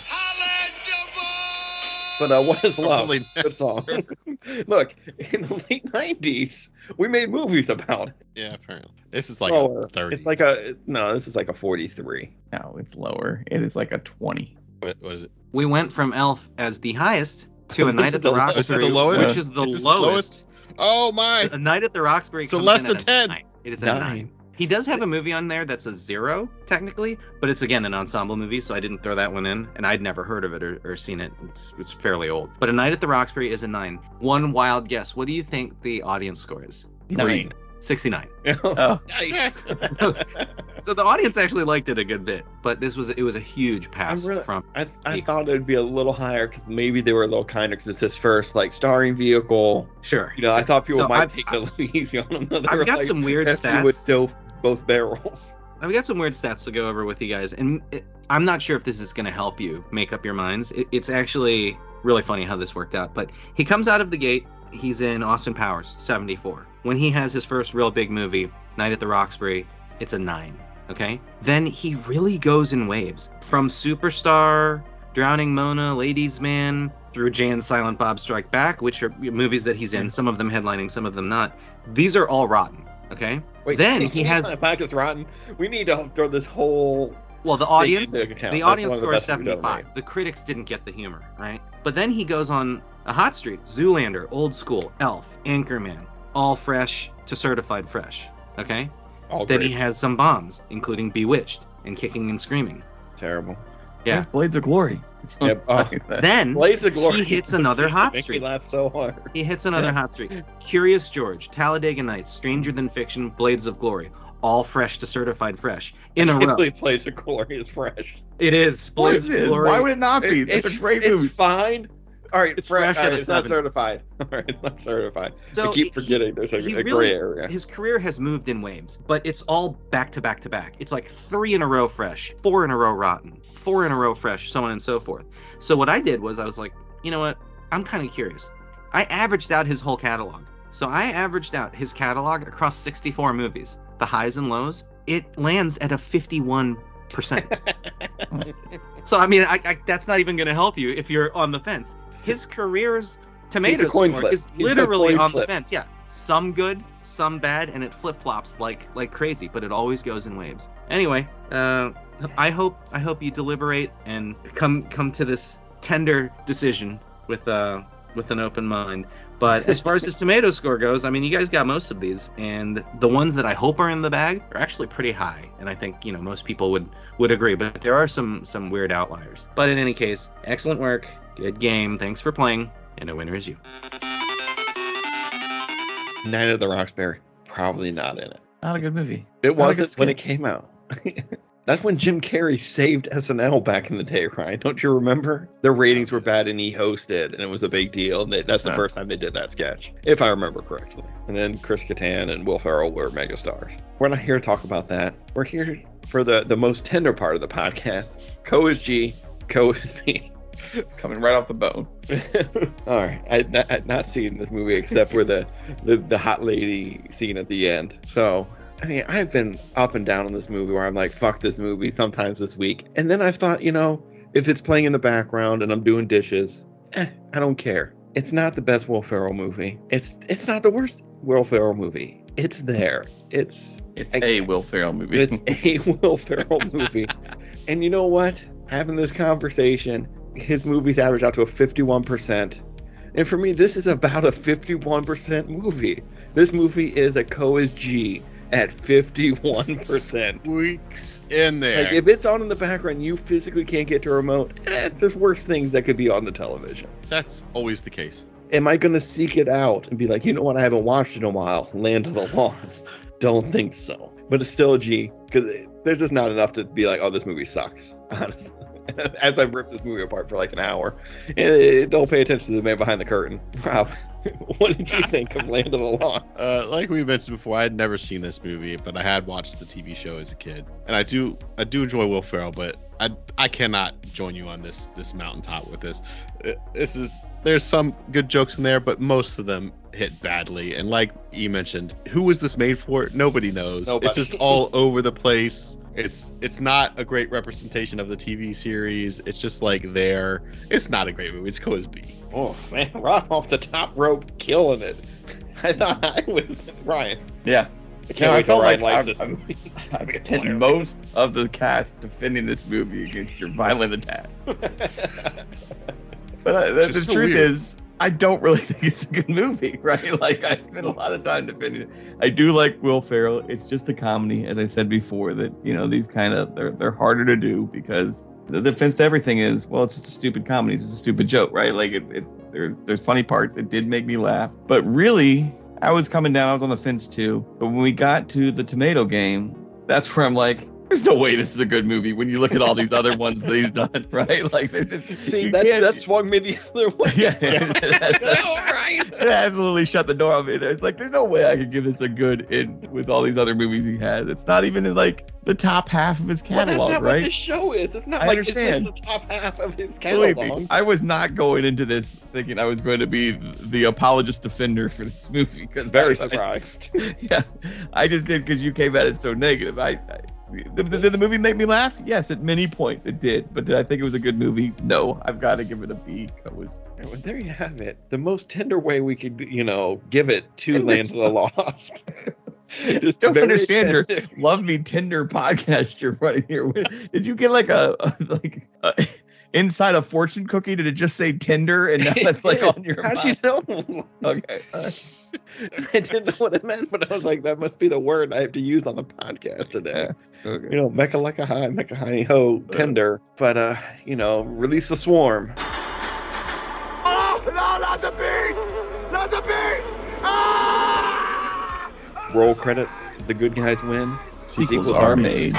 S1: But uh, what is love?
S3: Probably never.
S1: Good song. [laughs] Look, in the late '90s, we made movies about it.
S3: Yeah, apparently. This is like
S1: Lower.
S3: a 30.
S1: It's like a no. This is like a 43.
S2: No, it's lower. It is like a twenty.
S3: What, what is it?
S8: We went from Elf as the highest to A
S1: This
S8: Night
S1: is
S8: at the,
S1: the lowest.
S3: This is
S8: Roxbury,
S3: the lowest?
S8: which is the
S3: Is this the
S8: lowest.
S3: Oh my!
S8: A Night at the Roxbury.
S3: So
S8: comes
S3: less
S8: in
S3: than
S8: at a
S3: 10.
S8: nine. It is a
S1: Nine.
S8: nine. He does have a movie on there that's a zero technically, but it's again an ensemble movie, so I didn't throw that one in, and I'd never heard of it or, or seen it. It's it's fairly old. But A Night at the Roxbury is a nine. One wild guess. What do you think the audience score is?
S2: Three.
S1: [laughs]
S8: Sixty-nine.
S1: Uh,
S2: Oh.
S1: nice.
S8: [laughs] So, so the audience actually liked it a good bit, but this was it was a huge pass
S1: I'm really-
S8: from
S1: I, I thought it would be a little higher because maybe they were a little kinder because it's his first like starring vehicle.
S8: sure.
S1: You know, I thought people
S8: So
S1: might
S8: I've-
S1: take it a little [laughs] easy on him. They were
S8: I've got
S1: like,
S8: some weird
S1: "F you
S8: stats.
S1: with dope both
S8: [laughs]
S1: barrels.
S8: I've got some weird stats to go over with you guys, and it, I'm not sure if this is going to help you make up your minds. It, it's actually really funny how this worked out. But he comes out of the gate. He's in Austin Powers, 74. When he has his first real big movie, Night at the Roxbury, it's a nine. Okay. Then he really goes in waves from Superstar, Drowning Mona, Ladies Man, through Jay and Silent Bob Strike Back, which are movies that he's in. Some of them headlining, some of them not. These are all rotten. Okay.
S1: Wait,
S8: [laughs] Then
S1: is
S8: he
S1: Jay
S8: has-
S1: Silent Bob is rotten. We need to throw this whole
S8: Well, the audience.
S1: thing into account.
S8: The
S1: That's
S8: audience
S1: one of
S8: score is
S1: best we've done,
S8: 75.
S1: right?
S8: The critics didn't get the humor, right? But then he goes on a hot streak: Zoolander, Old School, Elf, Anchorman, All Fresh to Certified Fresh. Okay.
S1: All
S8: Then
S1: great.
S8: he has some bombs, including Bewitched and Kicking and Screaming.
S1: terrible.
S8: Yeah.
S2: There's Blades of Glory.
S1: Yep, oh.
S8: [laughs] Then
S1: Blades of Glory.
S8: he
S1: [laughs]
S8: hits another
S1: Seriously,
S8: hot
S1: make me
S8: streak.
S1: laugh so hard.
S8: He hits another hot streak. Curious George, Talladega Nights, Stranger Than Fiction, Blades of Glory, All Fresh to Certified Fresh in
S1: [laughs]
S8: a row.
S1: Typically, Blades of Glory is fresh.
S8: It is
S2: What
S8: Blades
S2: is
S8: of
S2: this?
S8: Glory.
S2: Why would it not be?
S1: It-
S2: it's a great
S1: it's
S2: movie.
S1: fine. All right,
S8: It's
S1: Fred,
S8: fresh
S1: all
S8: at
S1: right,
S8: a
S1: it's not
S8: seven.
S1: certified. [laughs] All right, it's not certified.
S8: So
S1: I keep
S8: he-
S1: forgetting there's a,
S8: he
S1: a
S8: really-
S1: gray area.
S8: His career has moved in waves, but it's all back to back to back. It's like three in a row fresh, four in a row rotten, four in a row fresh, so on and so forth. So what I did was I was like, you know what? I'm kind of curious. I averaged out his whole catalog. So I averaged out his catalog across 64 movies, the highs and lows. It lands at a 51%. so I mean, I, I, that's not even going to help you if you're on the fence. His career's tomato
S1: coin
S8: score
S1: flip.
S8: is
S1: He's a
S8: literally
S1: coin
S8: on the
S1: flip.
S8: fence. Yeah, some good, some bad, and it flip flops like like crazy. But it always goes in waves. Anyway, uh, I hope I hope you deliberate and come come to this tender decision with uh with an open mind. But as far as his tomato score goes, I mean, you guys got most of these, and the ones that I hope are in the bag are actually pretty high, and I think you know most people would would agree. But there are some some weird outliers. But in any case, excellent work, good game, thanks for playing, and a winner is you.
S1: Night of the Roxbury, probably not in it.
S2: Not a good movie.
S1: It
S2: Not a
S1: wasn't
S2: good
S1: when it
S2: sketch.
S1: came out. [laughs] That's when Jim Carrey saved SNL back in the day, Ryan. Don't you remember? Their ratings were bad, and he hosted, and it was a big deal. And they, that's the
S2: Huh.
S1: first time they did that sketch, if I remember correctly. And then Chris Kattan and Will Ferrell were megastars. We're not here to talk about that. We're here for the the most tender part of the podcast. Co is G, Co is me.
S2: Coming right off the bone.
S1: [laughs] All right, I'd not, I'd not seen this movie except for the, the the hot lady scene at the end. So I mean, I've been up and down on this movie where I'm like, fuck this movie sometimes this week, and then I thought, you know, if it's playing in the background and I'm doing dishes, eh, I don't care. It's not the best Will Ferrell movie. It's it's not the worst Will Ferrell movie. It's there. It's
S2: It's
S1: I-
S2: a Will Ferrell movie.
S1: it's a Will Ferrell movie. and you know what? Having this conversation, his movies average out to a 51%. And for me, this is about a 51% movie. This movie is a co is G at 51%.
S3: [laughs] Weeks in there.
S1: Like if it's on in the background, you physically can't get to a remote. Eh, there's worse things that could be on the television.
S3: That's always the case.
S1: Am I gonna seek it out and be like, you know what? I haven't watched in a while. Land of the Lost.
S10: [laughs] don't think so. But it's still a G because there's just not enough to be like, oh, this movie sucks. [laughs] Honestly, as I've ripped this movie apart for like an hour, and it- don't pay attention to the man behind the curtain. [laughs] Rob, what did you think of Land of the Lost? [laughs]
S3: Uh, like we mentioned before, I had never seen this movie, but I had watched the TV show as a kid, and I do I do enjoy Will Ferrell, but I I cannot join you on this this mountaintop with this. Uh, This is there's some good jokes in there, but most of them hit badly. And like you mentioned, who was this made for? Nobody knows.
S10: Nobody.
S3: It's just all [laughs] over the place. It's it's not a great representation of the TV series. It's just like there. It's not a great movie. It's Co's B.
S10: Oh man, Rob off the top rope, killing it. [laughs] I thought I was Ryan.
S2: [laughs] Yeah.
S10: I
S2: No,
S10: can't
S2: I
S10: wait till
S2: felt
S10: Ryan
S2: like
S10: likes
S2: I'm-
S10: this
S2: I'm-
S10: movie.
S1: [laughs]
S2: I spent most of the cast defending this movie against your violent attack. But uh, the, the
S3: Just so
S2: truth
S3: weird.
S2: is, I don't really [laughs] think it's a good movie, [laughs] right? Like I spent a lot of time defending it. I do like Will Ferrell. It's just a comedy, as I said before. That you know these kind of they're they're harder to do because the defense to everything is well, it's just a stupid comedy. It's just a stupid joke, right? Like it, it there's there's funny parts. It did make me laugh, but really, I was coming down. I was on the fence too. But when we got to the tomato game, that's where I'm like. There's no way this is a good movie when you look at all these other ones that he's done, [laughs] right? Like, they just,
S10: [laughs] See,
S2: you
S10: that's,
S2: can't-
S10: that swung me the other [laughs] way.
S2: [laughs] yeah. That's-
S10: Ryan.
S2: [laughs] it absolutely shut the door on me. It's like there's no way I could give this a good in with all these other movies he has. It's not even in like the top half of his
S10: Well, that's
S2: catalog,
S10: not what
S2: right?
S10: this show is. It's not
S2: I
S10: like
S2: understand.
S10: it's just the top half of his
S2: Believe
S10: catalog.
S2: me, I was not going into this thinking I was going to be the apologist defender for this
S10: [laughs]
S2: movie because
S10: Very surprised.
S2: [laughs] yeah, I just did because you came at it so negative. I, I did, did the movie make me laugh? Yes, at many points it did. But did I think it was a good movie? No, I've got to give it a B. It was
S10: Yeah, [laughs] Well, there you have it. The most tender way we could, you know, give it to
S2: Tender
S10: Lands of the [laughs] Lost. Just
S2: don't
S10: very
S2: understand your
S10: tender.
S2: love me tender podcast you're running here with. Did you get like a, a- like a, inside a fortune cookie? Did it just say Tinder and now that's like on your
S10: How'd you
S2: mind?
S10: know? [laughs]
S2: Okay, all right.
S10: I didn't know what it meant, but I was like, that must be the word I have to use on the podcast today. You know, mecha leka hi, mecha hi ho, tender. But uh, you know, release the swarm. Roll credits. The good guys win.
S2: Sequels are made.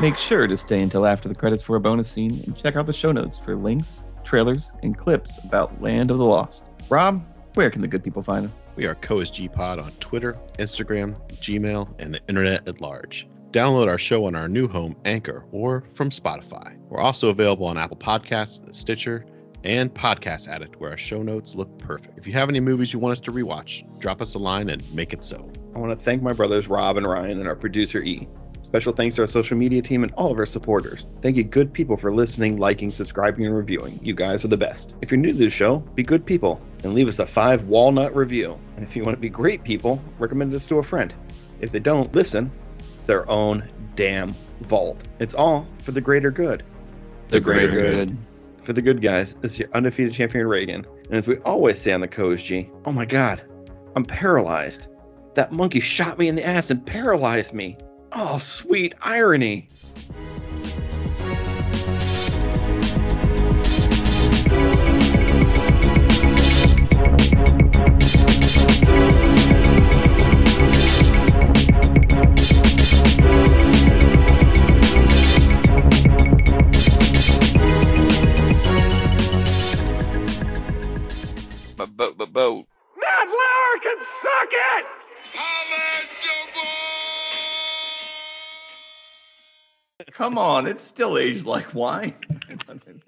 S2: Make sure to stay until after the credits for a bonus scene and check out the show notes for links, trailers, and clips about Land of the Lost. Rob, where can the good people find us?
S3: We are Coas G Pod on Twitter, Instagram, Gmail, and the internet at large. Download our show on our new home, Anchor, or from Spotify. We're also available on Apple Podcasts, Stitcher, and Podcast Addict, where our show notes look perfect. If you have any movies you want us to rewatch, drop us a line and make it so.
S1: I want to thank my brothers Rob and Ryan and our producer E. Special thanks to our social media team and all of our supporters. Thank you, good people, for listening, liking, subscribing, and reviewing. You guys are the best. If you're new to the show, be good people and leave us a five walnut review. And if you want to be great people, recommend us to a friend. If they don't listen, it's their own damn fault. It's all for the greater good. The greater good. For the good guys, this is your undefeated champion Reagan. And as we always say on the Coast G, oh my god, I'm paralyzed. That monkey shot me in the ass and paralyzed me. Oh, sweet irony.
S9: But, but, but, but.
S5: Matt Lauer can suck it!
S2: Come on, it's still aged like wine. [laughs]